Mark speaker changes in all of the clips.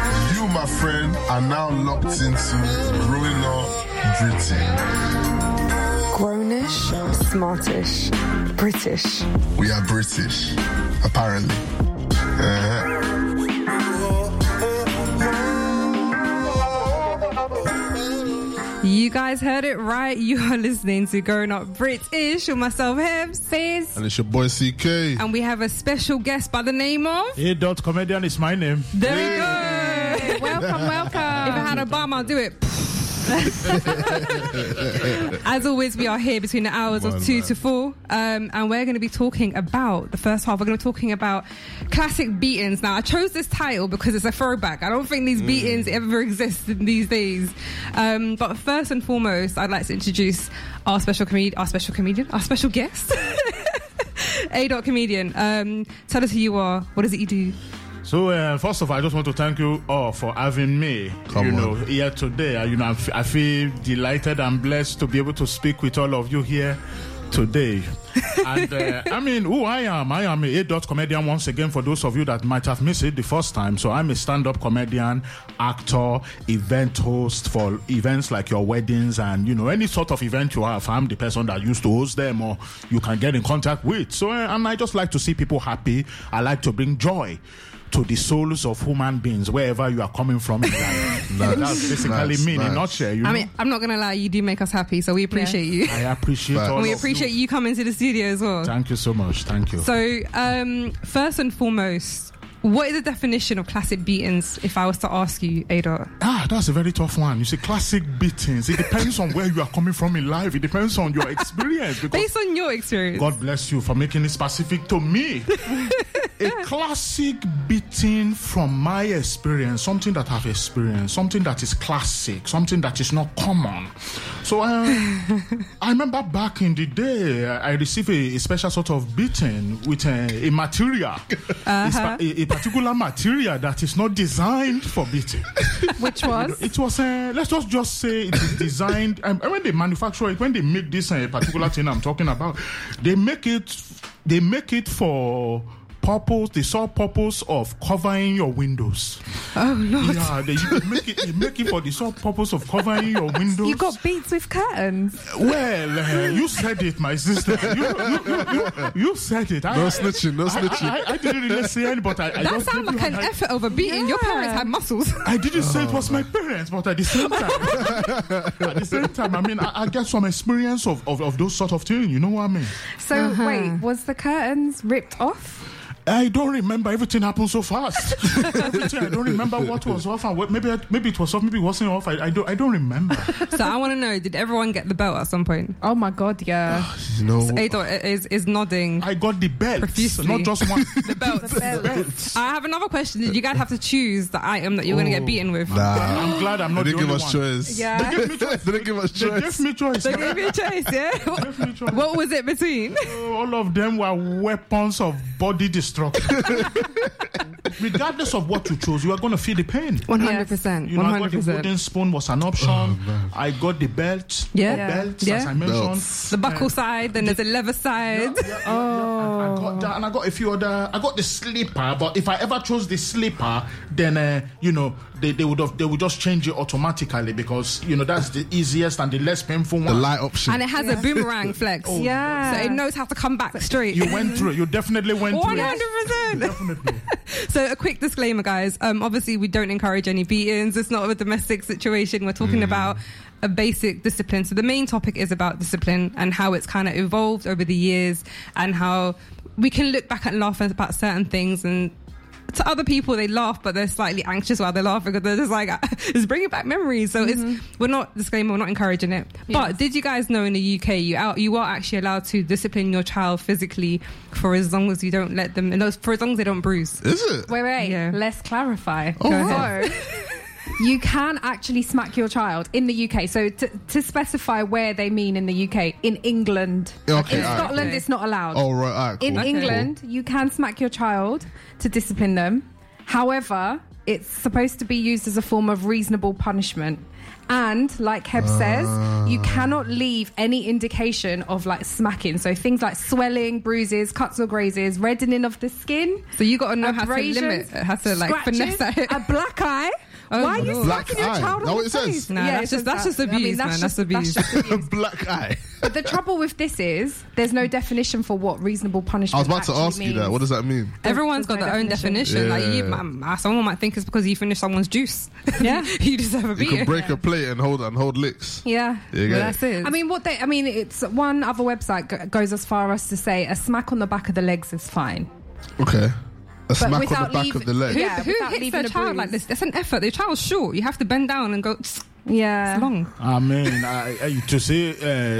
Speaker 1: her friend are now locked into growing up Britain.
Speaker 2: Grownish, smartish, British.
Speaker 1: We are British, apparently. Uh-huh.
Speaker 3: You guys heard it right. You are listening to Growing Up British with myself, Hebs, Fizz.
Speaker 1: And it's your boy CK.
Speaker 3: And we have a special guest by the name of.
Speaker 4: Yeah, dot comedian is my name.
Speaker 3: There we go. welcome, welcome. if I had a bomb, I'll do it. As always, we are here between the hours
Speaker 1: Man,
Speaker 3: of two
Speaker 1: man.
Speaker 3: to four, um, and we're going to be talking about the first half. We're going to be talking about classic beatings. Now, I chose this title because it's a throwback. I don't think these beatings ever existed these days. Um, but first and foremost, I'd like to introduce our special comedian, our special comedian, our special guest, A dot comedian. Um, tell us who you are. What is it you do?
Speaker 4: So uh, first of all, I just want to thank you all for having me.
Speaker 1: Come
Speaker 4: you
Speaker 1: on.
Speaker 4: know, here today. Uh, You know, I f- I feel delighted and blessed to be able to speak with all of you here today. and uh, I mean, who I am? I am a dot comedian once again. For those of you that might have missed it the first time, so I'm a stand-up comedian, actor, event host for events like your weddings and you know any sort of event you have. I'm the person that used to host them, or you can get in contact with. So, uh, and I just like to see people happy. I like to bring joy to the souls of human beings wherever you are coming from in life.
Speaker 1: Nice,
Speaker 4: That's basically
Speaker 1: nice,
Speaker 4: me in a
Speaker 1: nice.
Speaker 4: nutshell. You
Speaker 3: I
Speaker 4: know?
Speaker 3: mean, I'm not going to lie. You do make us happy, so we appreciate you.
Speaker 4: I appreciate
Speaker 1: Facts.
Speaker 4: all
Speaker 3: We
Speaker 4: of
Speaker 3: appreciate you coming to the studio as well.
Speaker 4: you. Thank you so much. Thank you.
Speaker 3: So, um, first and foremost, what is the definition of classic beatings? If I was to ask you, Adot,
Speaker 4: Ah, that's a very tough one. You see, classic beatings. It depends on where you are coming from in life. It depends on your experience. Because
Speaker 3: based on your experience,
Speaker 4: God bless you for making it specific to me. a classic beating from my experience, something that I've experienced, something that is classic, something that is not common. So uh, I remember back in the day, I I received a, a special sort of beating with a, a material, a spa- a, a particular material that is not designed for beating.
Speaker 3: which was
Speaker 4: It was, uh, let's just just say it is designed. Um, and when they manufacture it, when they make this uh, particular thing I'm talking about, they make it, they make it for purpose, the sole purpose of covering your windows.
Speaker 3: oh lord,
Speaker 4: Yeah, they make it, they make it for the sole purpose of covering your windows.
Speaker 2: You got beats with curtains.
Speaker 4: well, uh, you said it, my sister. You, you, you, you, you said it. I,
Speaker 1: No
Speaker 4: I-
Speaker 1: snitching, no
Speaker 4: I,
Speaker 1: snitching.
Speaker 4: I, I, I didn't really say it, but I, I
Speaker 3: that
Speaker 4: just
Speaker 3: sounds
Speaker 4: gave
Speaker 3: like
Speaker 4: you
Speaker 3: an
Speaker 4: an
Speaker 3: effort of a beating. Your
Speaker 2: Yeah.
Speaker 3: parents had muscles.
Speaker 4: I didn't say it
Speaker 1: Oh,
Speaker 4: was my parents, but at the same time, at the same time, I mean, I, I get some experience of, of, of those sort of things. You know what I mean?
Speaker 2: So wait, was the curtains ripped off?
Speaker 4: I don't remember. Everything happened so fast. everything, I don't remember what was off. And what, maybe I- maybe it was off. Maybe it wasn't off. I, I don't I don't remember.
Speaker 3: so I want to know, did everyone get the belt at some point?
Speaker 2: Oh my god, yeah.
Speaker 1: You know,
Speaker 3: Adot is is nodding.
Speaker 4: I got the belt,
Speaker 3: Profusely.
Speaker 4: not just one.
Speaker 3: The belt.
Speaker 4: Belts.
Speaker 3: I have another question. Did you guys have to choose the item that you're going to get
Speaker 4: Oh.
Speaker 3: beaten with?
Speaker 1: nah.
Speaker 4: I'm glad I'm
Speaker 1: They
Speaker 4: not the
Speaker 1: didn't give
Speaker 4: only
Speaker 1: us
Speaker 4: one.
Speaker 1: choice.
Speaker 2: Yeah.
Speaker 4: They gave me choice.
Speaker 1: They didn't give us
Speaker 4: They
Speaker 1: choice.
Speaker 4: gave me choice.
Speaker 3: They gave you a choice, yeah.
Speaker 4: They gave me choice.
Speaker 3: what was it between?
Speaker 4: all of them were weapons of body destruction. Regardless of what you chose, you are going to feel the pain.
Speaker 3: One hundred percent.
Speaker 4: You know,
Speaker 3: One
Speaker 4: I got
Speaker 3: hundred
Speaker 4: the
Speaker 3: percent.
Speaker 4: wooden spoon was an option.
Speaker 1: Oh,
Speaker 4: I got the belt,
Speaker 3: Yeah.
Speaker 4: or
Speaker 3: Yeah.
Speaker 4: belt,
Speaker 3: Yeah.
Speaker 4: as I mentioned.
Speaker 1: Belts.
Speaker 3: The buckle side, then there's a leather side.
Speaker 4: I got that, and I got a few other. I got the slipper, but if I ever chose the slipper, then uh, you know they, they would have they would just change it automatically because you know that's the easiest and the less painful
Speaker 1: The
Speaker 4: one.
Speaker 1: light option.
Speaker 3: and it has a boomerang flex.
Speaker 2: yeah.
Speaker 3: So it knows how to come back straight.
Speaker 4: Oh, you went through. it. You definitely went through. it.
Speaker 3: 100%.
Speaker 4: Definitely.
Speaker 3: So, a quick disclaimer, guys. Um, obviously, we don't encourage any beatings. It's not a domestic situation. We're
Speaker 4: Mm-hmm.
Speaker 3: talking about a basic discipline. So, the main topic is about discipline and how it's kind of evolved over the years and how we can look back and laugh about certain things and to other people they laugh but they're slightly anxious while they laugh because they're just like it's bringing back memories so
Speaker 2: Mm-hmm.
Speaker 3: it's we're not disclaimer we're not encouraging it but did you guys know in the UK you out you are actually allowed to discipline your child physically for as long as you don't let them and those- for as long as they don't bruise
Speaker 1: Is it?
Speaker 2: Wait, wait,
Speaker 3: Yeah.
Speaker 2: let's clarify.
Speaker 3: Go ahead.
Speaker 2: So, you can actually smack your child in the UK. So, to, to specify where they mean in the UK, in England,
Speaker 1: Okay,
Speaker 2: in
Speaker 1: all right,
Speaker 2: Scotland,
Speaker 3: cool.
Speaker 2: it's not allowed.
Speaker 1: Oh, right. All right cool.
Speaker 2: In
Speaker 1: cool.
Speaker 2: England, you can smack your child to discipline them. However, it's supposed to be used as a form of reasonable punishment. And like Heb says,
Speaker 1: Ah.
Speaker 2: you cannot leave any indication of like smacking. So things like swelling, bruises, cuts or grazes, reddening of the skin,
Speaker 3: so you got to know how to
Speaker 2: abrasions,
Speaker 3: limit how to like
Speaker 2: scratches,
Speaker 3: finesse it
Speaker 2: a black eye,
Speaker 3: Oh,
Speaker 2: Why are you
Speaker 3: Lord.
Speaker 1: Black
Speaker 2: smacking your
Speaker 1: eye.
Speaker 2: child
Speaker 1: That
Speaker 2: on
Speaker 1: what
Speaker 2: the
Speaker 1: it says.
Speaker 2: face?
Speaker 3: Nah, that's
Speaker 2: it
Speaker 3: just-
Speaker 2: says
Speaker 3: that's just
Speaker 2: that.
Speaker 3: abuse, man. That's abuse.
Speaker 2: just abuse.
Speaker 1: Black eye.
Speaker 2: But the trouble with this is there's no definition for what reasonable punishment.
Speaker 1: I was about to
Speaker 2: actually
Speaker 1: ask you that.
Speaker 2: means.
Speaker 1: What does that mean?
Speaker 3: Everyone's got
Speaker 2: There's no
Speaker 3: their own definition.
Speaker 1: definition.
Speaker 3: Like you,
Speaker 1: Yeah.
Speaker 3: um, uh, someone might think it's because you finished someone's juice.
Speaker 2: Yeah.
Speaker 3: you deserve a
Speaker 1: You
Speaker 3: beer.
Speaker 1: can break a plate and hold and hold licks.
Speaker 2: Yeah.
Speaker 1: There you
Speaker 3: Well,
Speaker 1: go.
Speaker 3: that's it.
Speaker 2: I mean, what they, I mean, it's one other website g- goes as far as to say a smack on the back of the legs is fine.
Speaker 1: Okay. A smack on
Speaker 2: without
Speaker 1: the back
Speaker 2: leave-
Speaker 1: of the leg.
Speaker 3: who,
Speaker 2: Yeah,
Speaker 3: who
Speaker 2: without
Speaker 3: hits
Speaker 2: leaving
Speaker 3: their
Speaker 2: a
Speaker 3: child like
Speaker 2: bruise.
Speaker 3: this? That's an effort. Their child's short. You have to bend down and go. It's
Speaker 2: Yeah.
Speaker 3: long.
Speaker 4: I mean, I, I, to say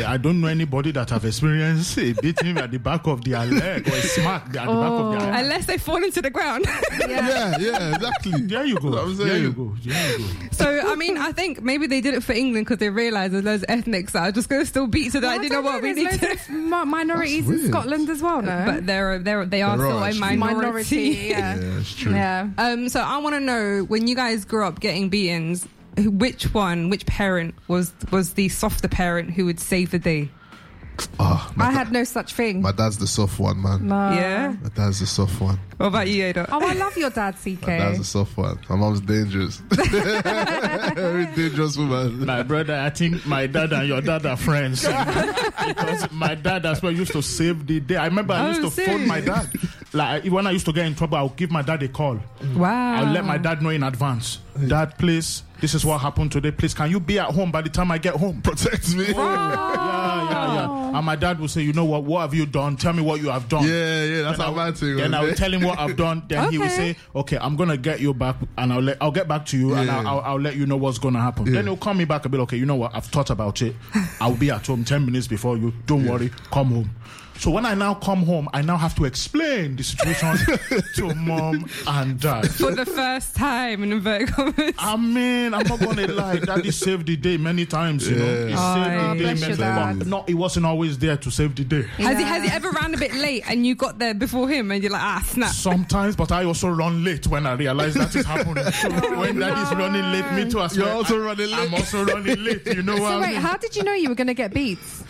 Speaker 4: uh, I don't know anybody that have experienced a beating at the back of their leg or a smack at the back of
Speaker 3: Oh,
Speaker 4: their leg.
Speaker 3: Unless they fall into the ground.
Speaker 1: Yeah, yeah, exactly.
Speaker 4: There you
Speaker 1: That's what
Speaker 4: go.
Speaker 1: I'm
Speaker 4: There
Speaker 1: saying.
Speaker 4: you go. There you go.
Speaker 3: so I mean, I think maybe they did it for England because they realised that those ethnics that are just going to still beat. So they're
Speaker 2: Well,
Speaker 3: like,
Speaker 2: I
Speaker 3: you know
Speaker 2: don't
Speaker 3: what, we need
Speaker 2: there's
Speaker 3: to.
Speaker 2: loads of mi- minorities
Speaker 1: That's
Speaker 2: in
Speaker 1: weird.
Speaker 2: Scotland as well, no?
Speaker 3: But they're they're they are
Speaker 1: They are
Speaker 3: still a
Speaker 1: actually.
Speaker 2: minority,
Speaker 3: minority.
Speaker 1: Yeah,
Speaker 2: yeah.
Speaker 1: it's true.
Speaker 2: Yeah.
Speaker 3: Um, so I want to know when you guys grew up getting beatings, who- which one, which parent was was the softer parent who would save the day?
Speaker 1: Ah, my,
Speaker 2: I had no such thing.
Speaker 1: my dad's the soft one, man.
Speaker 2: No.
Speaker 3: yeah.
Speaker 1: My dad's the soft one.
Speaker 3: What about you, Ada?
Speaker 2: Oh, I love your dad,
Speaker 1: My dad's the
Speaker 2: CK.
Speaker 1: soft one. My mom's dangerous. Very dangerous woman.
Speaker 4: My brother, I think my dad and your dad are friends. because my dad as well used to save the day. I remember I
Speaker 3: Oh,
Speaker 4: used to phone
Speaker 3: serious?
Speaker 4: my dad. Like when I used to get in trouble, I would give my dad a call.
Speaker 3: Wow.
Speaker 4: I'll let my dad know in advance. Dad, please, this is what happened today. Please, can you be at home by the time I get home?
Speaker 1: Protect me.
Speaker 4: Yeah, yeah, yeah. And my dad will say, you know what? What have you done? Tell me what you have done.
Speaker 1: Yeah, yeah, that's how my thing
Speaker 4: Then I will
Speaker 1: was.
Speaker 4: tell him what I've done. Then he will
Speaker 3: Okay.
Speaker 4: say, "Okay, I'm gonna get you back, and I'll let, I'll get back to you, and
Speaker 1: Yeah.
Speaker 4: I'll, I'll, I'll let you know what's gonna happen."
Speaker 1: Yeah.
Speaker 4: Then he'll call me back a bit. Okay, you know what? I've thought about it. I'll be at home ten minutes before you. Don't worry. Come home. So when I now come home, I now have to explain the situation to mom and dad.
Speaker 3: For the first time in inverted commas.
Speaker 4: I mean, I'm not gonna lie, Daddy saved the day many times, you know. He
Speaker 1: Yeah.
Speaker 2: Oh,
Speaker 4: saved the
Speaker 2: bless
Speaker 4: day,
Speaker 2: your
Speaker 4: many times.
Speaker 1: dad.
Speaker 4: but not he wasn't always there to save the day.
Speaker 3: Has he has he ever ran a bit late and you got there before him and you're like ah snap?
Speaker 4: Sometimes, but I also run late when I realize that is happening. So
Speaker 3: Oh,
Speaker 4: when that is running late, me too as
Speaker 1: You're
Speaker 4: well.
Speaker 1: also
Speaker 4: I-
Speaker 1: running late.
Speaker 4: I'm also running late. You know what
Speaker 2: So
Speaker 4: I
Speaker 2: wait,
Speaker 4: mean?
Speaker 2: how did you know you were going to get beats?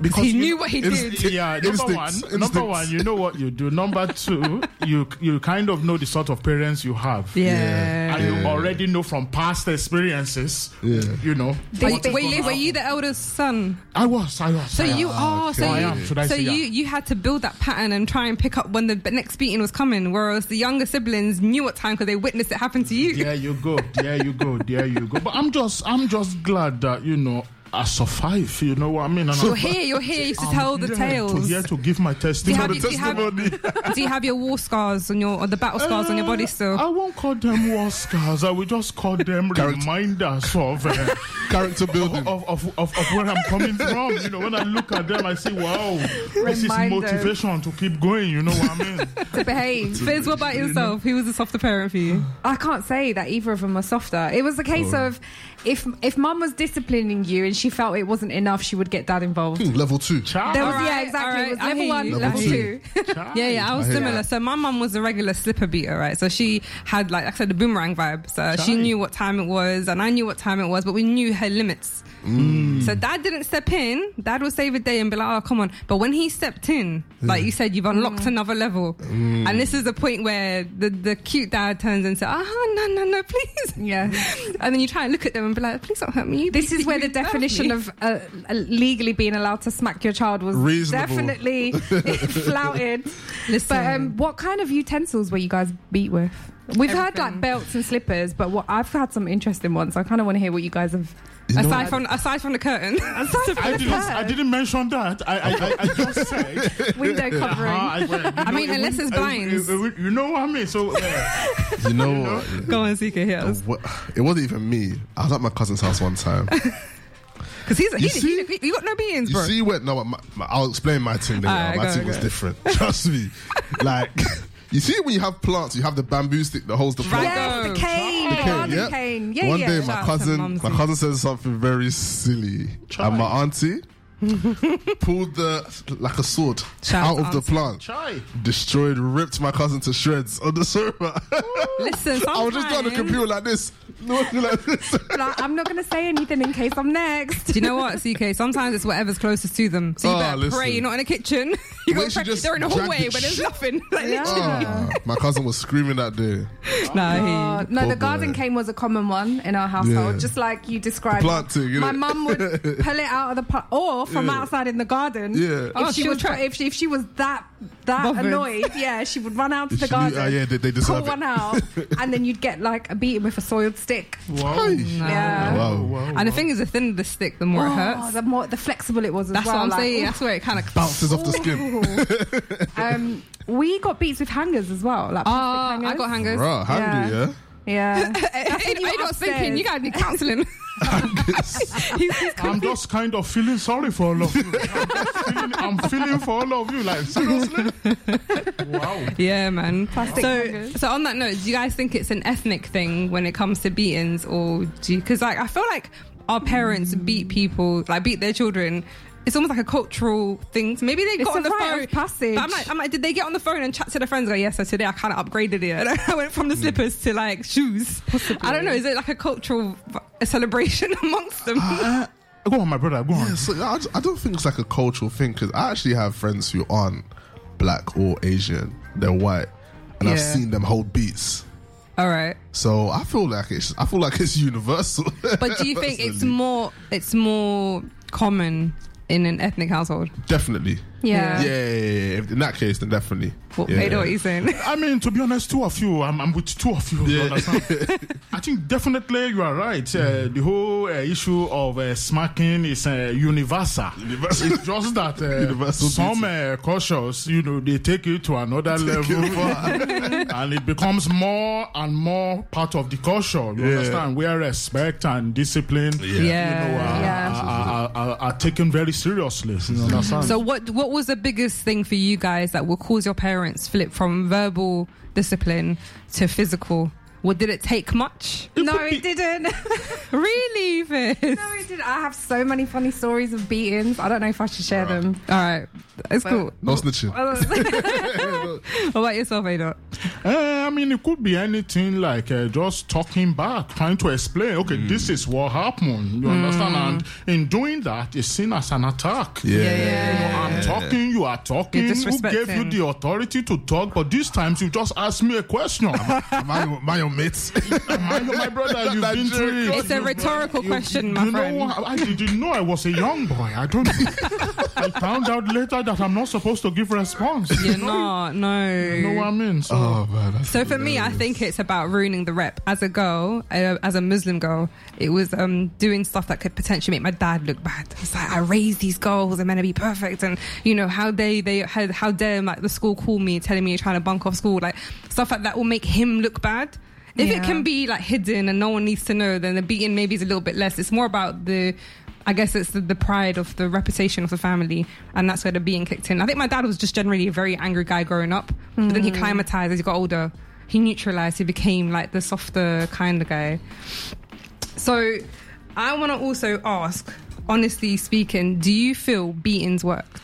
Speaker 4: because
Speaker 3: He
Speaker 4: you-
Speaker 3: knew what he did.
Speaker 1: Inst-
Speaker 4: yeah, number
Speaker 1: Instincts,
Speaker 4: one,
Speaker 1: instincts.
Speaker 4: number one, you know what you do. Number two, you you kind of know the sort of parents you have,
Speaker 3: Yeah.
Speaker 4: and you already know from past experiences.
Speaker 1: Yeah.
Speaker 4: You know,
Speaker 2: They-
Speaker 4: what is
Speaker 3: Were
Speaker 4: gonna
Speaker 3: you, were
Speaker 4: happen.
Speaker 3: you the eldest son?
Speaker 4: I was, I was.
Speaker 3: So
Speaker 4: I
Speaker 3: you
Speaker 4: was.
Speaker 3: are. So
Speaker 1: okay. I
Speaker 3: you,
Speaker 4: am, should I
Speaker 3: so
Speaker 4: say
Speaker 3: you,
Speaker 4: that?
Speaker 3: you had to build that pattern and try and pick up when the next beating was coming, whereas the younger siblings knew what time because they witnessed it happen to you.
Speaker 4: There you go. There you go. There you go. But I'm just, I'm just glad that you know I survived. You know what I mean? And
Speaker 3: You're
Speaker 4: I'm-
Speaker 3: here. You're here. You should
Speaker 4: I'm
Speaker 3: tell the
Speaker 4: here
Speaker 3: tales.
Speaker 4: Um, To, here to give my
Speaker 3: you
Speaker 4: testimony.
Speaker 3: have- do you have- Do you have your war scars on your or the battle scars on your body still?
Speaker 4: I won't call them war scars. I will just call them
Speaker 1: Character-
Speaker 4: reminders of, uh,
Speaker 1: Character building.
Speaker 4: of, of, of, of of where I'm coming from. You know, when I look at them, I say, wow, this is
Speaker 2: Reminders.
Speaker 4: motivation to keep going. You know what I mean?
Speaker 2: To behave.
Speaker 3: Fizz, what about yourself? Who was the softer parent for you?
Speaker 2: I can't say that either of them were softer. It was a case
Speaker 1: Oh.
Speaker 2: of if if mum was disciplining you and she felt it wasn't enough, she would get dad involved.
Speaker 1: Hmm, Level two.
Speaker 4: Child,
Speaker 2: There was,
Speaker 3: Alright,
Speaker 2: yeah, exactly.
Speaker 3: alright,
Speaker 2: It was
Speaker 3: I
Speaker 2: level
Speaker 3: hear
Speaker 2: one,
Speaker 3: you.
Speaker 2: level
Speaker 1: Level
Speaker 2: two.
Speaker 4: child.
Speaker 3: Yeah, yeah, I was
Speaker 1: I hear
Speaker 3: similar.
Speaker 1: that.
Speaker 3: So my mum was a regular slipper beater, right? So she had like, like I said, the boomerang vibe. So she
Speaker 4: Right.
Speaker 3: knew what time it was, and I knew what time it was, but we knew her limits.
Speaker 1: Mm.
Speaker 3: So dad didn't step in. Dad would save a day and be like, "Oh, come on!" But when he stepped in, like you said, you've unlocked
Speaker 2: Mm.
Speaker 3: another level,
Speaker 1: Mm.
Speaker 3: and this is the point where the the cute dad turns and says, "Ah, no, no, no, please."
Speaker 2: Yeah.
Speaker 3: And then you try and look at them and be like, "Please don't hurt me."
Speaker 2: This is where the
Speaker 3: You deserve
Speaker 2: definition
Speaker 3: me."
Speaker 2: of uh, legally being allowed to smack your child was
Speaker 1: Reasonable.
Speaker 2: definitely flouted.
Speaker 3: Listen.
Speaker 2: But um, what kind of utensils were you guys beat with? We've had
Speaker 3: Everything.
Speaker 2: like belts and slippers, but what I've had some interesting ones. I kind of want to hear what you guys have.
Speaker 1: You know,
Speaker 3: aside from aside from the curtain,
Speaker 4: I didn't, I didn't mention that. I, I, I, I just said.
Speaker 2: Window
Speaker 4: Uh-huh,
Speaker 2: covering.
Speaker 4: I, well, you know,
Speaker 3: mean,
Speaker 4: it
Speaker 3: unless it's
Speaker 4: wouldn't- it-
Speaker 3: blinds.
Speaker 4: it- it would- you know what I mean? So, uh,
Speaker 1: you know what?
Speaker 3: go on, CK, hit us.
Speaker 1: What- It wasn't even me. I was at my cousin's house one time.
Speaker 3: Because he's he,
Speaker 1: Oh. see?
Speaker 3: he, he, he got no beans,
Speaker 1: You
Speaker 3: bro.
Speaker 1: see where? No, my, my, I'll explain my thing later.
Speaker 3: Alright,
Speaker 1: my
Speaker 3: go,
Speaker 1: thing was
Speaker 3: go.
Speaker 1: different. Trust me. Like, you see when you have plants, you have the bamboo stick that holds the plant.
Speaker 2: Yes, the
Speaker 3: Right.
Speaker 2: cane, the
Speaker 1: Okay,
Speaker 2: garden
Speaker 1: yeah.
Speaker 2: cane. Yeah,
Speaker 1: One
Speaker 2: yeah.
Speaker 1: day,
Speaker 3: Shout
Speaker 1: my
Speaker 3: out to
Speaker 1: cousin,
Speaker 3: Mumsy.
Speaker 1: my cousin said something very silly,
Speaker 4: Try.
Speaker 1: and my auntie pulled the like a sword
Speaker 3: Shout
Speaker 1: out of
Speaker 3: out
Speaker 1: the
Speaker 3: to-
Speaker 1: plant,
Speaker 4: try.
Speaker 1: destroyed, ripped my cousin to shreds on the sofa.
Speaker 3: Listen,
Speaker 1: I was just on the
Speaker 3: sometimes-
Speaker 1: computer like this, like this.
Speaker 2: Like, I'm not going to say anything in case I'm next.
Speaker 3: Do you know what, CK? Sometimes it's whatever's closest to them. So you
Speaker 1: Oh,
Speaker 3: better
Speaker 1: listen.
Speaker 3: pray you're not in the kitchen. You
Speaker 1: Wait,
Speaker 3: got
Speaker 1: she
Speaker 3: pregnant
Speaker 1: just
Speaker 3: during the
Speaker 1: dragged
Speaker 3: hallway
Speaker 1: it
Speaker 3: where there's
Speaker 1: sh-
Speaker 3: nothing. Like, literally.
Speaker 1: Ah, my cousin was screaming that day.
Speaker 3: Nah,
Speaker 2: Uh, no,
Speaker 1: Poor
Speaker 2: the garden
Speaker 1: boy.
Speaker 2: cane was a common one in our household,
Speaker 1: Yeah.
Speaker 2: just like you described.
Speaker 1: Planting, innit?
Speaker 2: My mum would pull it out of the pot, or from
Speaker 1: Yeah.
Speaker 2: outside in the garden.
Speaker 1: Yeah.
Speaker 2: If
Speaker 3: Oh,
Speaker 2: she
Speaker 3: she'll
Speaker 2: was
Speaker 3: try.
Speaker 2: if she, if she was that that
Speaker 3: Bothered.
Speaker 2: annoyed, yeah, she would run out to
Speaker 1: If
Speaker 2: the
Speaker 1: she knew-
Speaker 2: garden.
Speaker 1: ah, yeah, they- they
Speaker 2: pull
Speaker 1: deserve it.
Speaker 2: one out, and then you'd get like a beating with a soiled stick.
Speaker 4: Wow.
Speaker 1: Hey.
Speaker 2: Yeah.
Speaker 1: Wow.
Speaker 3: And the thing is, the thinner the stick, the more it
Speaker 2: Oh,
Speaker 3: hurts.
Speaker 2: the more the flexible it was. As
Speaker 3: That's
Speaker 2: well,
Speaker 3: what I'm
Speaker 2: like,
Speaker 3: saying. That's where it kind of.
Speaker 1: Bounces off the skin.
Speaker 2: um, we got beats with hangers as well. Like
Speaker 3: Oh,
Speaker 2: plastic
Speaker 3: I got hangers.
Speaker 1: Bruh, hangry,
Speaker 2: Yeah.
Speaker 1: yeah?
Speaker 2: Yeah.
Speaker 3: Hey,
Speaker 2: you
Speaker 3: you
Speaker 2: were
Speaker 3: not
Speaker 2: upstairs.
Speaker 3: thinking. You gotta be counselling.
Speaker 4: I'm just kind of feeling sorry for all of you. I'm, just feeling, I'm feeling for all of you. Like seriously. Wow.
Speaker 3: yeah, man.
Speaker 2: Plastic
Speaker 3: so,
Speaker 2: fingers.
Speaker 3: so on that note, do you guys think it's an ethnic thing when it comes to beatings, or do you? Because like I feel like our parents beat people, like beat their children. It's almost like a cultural thing. So Maybe they
Speaker 2: It's
Speaker 3: got
Speaker 2: a
Speaker 3: on the
Speaker 2: rite of
Speaker 3: phone.
Speaker 2: passage.
Speaker 3: But I'm like, I'm like, did they get on the phone and chat to their friends? Like, yes, so today I kind of upgraded it. And I went from the slippers to like shoes. I don't know. Is it like a cultural v- a celebration amongst them?
Speaker 1: Uh,
Speaker 4: Go on, my brother. Go on.
Speaker 1: yeah, so I, I don't think it's like a cultural thing because I actually have friends who aren't black or Asian. They're white, and I've
Speaker 3: Yeah.
Speaker 1: seen them hold beats.
Speaker 3: All right.
Speaker 1: So I feel like it's I feel like it's universal.
Speaker 3: But do you think it's
Speaker 1: Personally.
Speaker 3: more it's more common in an ethnic household?
Speaker 1: definitely?
Speaker 2: yeah.
Speaker 1: Yeah. yeah, yeah, yeah. In that case, then definitely.
Speaker 3: Well,
Speaker 1: yeah.
Speaker 3: I know what you're saying.
Speaker 4: I mean, to be honest, two of you, I'm, I'm with two of you. you
Speaker 1: Yeah.
Speaker 4: understand? I think definitely you are right. Uh,
Speaker 1: Mm.
Speaker 4: the whole uh, issue of uh, smacking is uh, universal.
Speaker 1: Universal.
Speaker 4: It's just that uh,
Speaker 1: Universal
Speaker 4: some uh, cautious, you know, they take it to another level, and it becomes more and more part of the culture. You
Speaker 1: Yeah.
Speaker 4: understand? Where respect and discipline,
Speaker 1: Yeah.
Speaker 4: you know, uh, are,
Speaker 2: Yeah.
Speaker 4: are, are, are, are taken very seriously. You understand?
Speaker 3: So what what was the biggest thing for you guys that will cause your parents flip from verbal discipline to physical? What did it take much?
Speaker 2: No, it didn't.
Speaker 3: Really, Fizz?
Speaker 2: No, I did. I have so many funny stories of beatings. I don't know if I should share them.
Speaker 3: All right, it's cool.
Speaker 1: No snitching.
Speaker 3: What about yourself, Ada?
Speaker 4: Uh, I mean, it could be anything like uh, just talking back, trying to explain, okay,
Speaker 3: Mm.
Speaker 4: this is what happened. You understand? And in doing that, it's seen as an attack.
Speaker 1: Yeah.
Speaker 4: You know, I'm talking, you are talking.
Speaker 3: You're
Speaker 4: Who gave you
Speaker 3: disrespecting.
Speaker 4: the authority to talk? But these times, you just ask me a question. Am
Speaker 1: Am I your, am I your mate?
Speaker 4: I- my brother, you've been through it.
Speaker 3: It's a rhetorical question, my
Speaker 4: you
Speaker 3: friend.
Speaker 4: know, what? I didn't know I was a young boy. I don't. I found out later that I'm not supposed to give response.
Speaker 3: You're not. No.
Speaker 4: You know what I mean? So,
Speaker 1: oh man. that's
Speaker 3: So for me, I
Speaker 1: hilarious.
Speaker 3: think it's about ruining the rep. As a girl, uh, as a Muslim girl, it was um, doing stuff that could potentially make my dad look bad. It's like I raised these girls, they're meant to be perfect, and you know how they they how, how dare like the school call me telling me you're trying to bunk off school, like stuff like that will make him look bad. If
Speaker 2: Yeah.
Speaker 3: it can be like hidden and no one needs to know, then the beating maybe is a little bit less. It's more about the. I guess it's the, the pride of the reputation of the family, and that's where the being kicked in. I think my dad was just generally a very angry guy growing up, but then he climatized as he got older. He neutralized. He became like the softer kind of guy. So, I want to also ask, honestly speaking, do you feel beatings worked?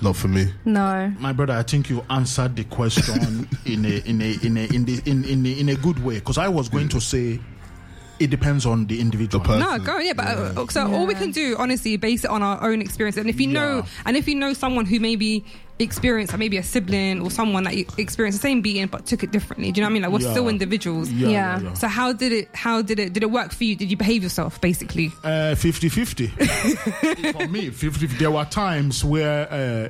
Speaker 1: not for me.
Speaker 2: Oh, No.
Speaker 4: my brother, I think you answered the question in a in a in a in the, in, in, a, in a good way because I was going to say it depends on the individual.
Speaker 1: The person.
Speaker 3: No, go yeah, but uh, so all we
Speaker 2: Yeah.
Speaker 3: can do, honestly, base it on our own experience. And if you know,
Speaker 4: Yeah.
Speaker 3: and if you know someone who maybe experienced, like maybe a sibling or someone that experienced the same beating but took it differently, do you know what I mean? Like we're
Speaker 4: Yeah.
Speaker 3: still individuals.
Speaker 2: Yeah.
Speaker 3: So how did it? How did it? Did it work for you? Did you behave yourself? Basically,
Speaker 4: Uh, 50-50 for me 50 there were times where uh,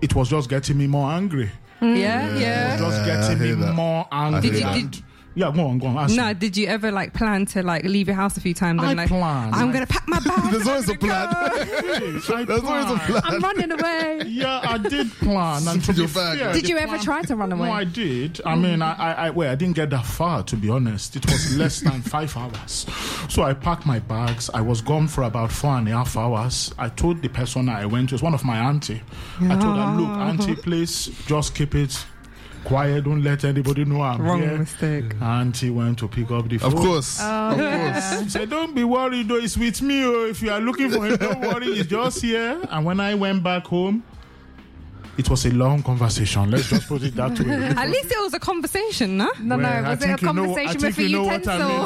Speaker 4: it was just getting me more angry
Speaker 3: yeah,
Speaker 4: It was
Speaker 1: Yeah, I
Speaker 4: just getting
Speaker 1: hear
Speaker 4: me
Speaker 1: that.
Speaker 4: more angry
Speaker 1: hear
Speaker 3: that.
Speaker 4: and- yeah go on go on ask
Speaker 3: No,
Speaker 4: me.
Speaker 3: did you ever like plan to like leave your house a few times?
Speaker 4: I
Speaker 3: and, like,
Speaker 4: planned.
Speaker 3: I'm gonna pack my bag.
Speaker 1: There's
Speaker 3: and I'm
Speaker 1: always a
Speaker 3: gonna
Speaker 1: plan.
Speaker 3: go."
Speaker 4: I
Speaker 1: There's always a
Speaker 4: planned.
Speaker 1: plan.
Speaker 2: I'm running away.
Speaker 4: yeah I did plan and to
Speaker 1: Your
Speaker 4: be
Speaker 1: bag.
Speaker 4: fair,
Speaker 1: Did
Speaker 4: the
Speaker 2: Did you ever
Speaker 4: plan-
Speaker 2: try to run away?
Speaker 4: No, I did. I mean, I, I, I, well, I didn't get that far, to be honest. It was less than five hours. So I packed my bags. I was gone for about four and a half hours. I told the person I went to, it's one of my auntie. I told her, look, auntie, please just keep it quiet. Don't let anybody know I'm
Speaker 3: Wrong
Speaker 4: here.
Speaker 3: mistake.
Speaker 4: Auntie went to pick up the phone.
Speaker 1: Of course.
Speaker 2: Oh, yeah.
Speaker 4: She said, don't be worried, though. It's with me. Oh. If you are looking for him, don't worry. It's just here. And when I went back home, It was a long conversation. Let's just put it that way.
Speaker 3: At least it was a conversation, no?
Speaker 2: No,
Speaker 4: Well,
Speaker 2: no,
Speaker 4: I
Speaker 2: was it a
Speaker 4: think you know- I
Speaker 2: conversation
Speaker 4: think
Speaker 2: with a
Speaker 4: you know what I
Speaker 2: utensil?
Speaker 4: mean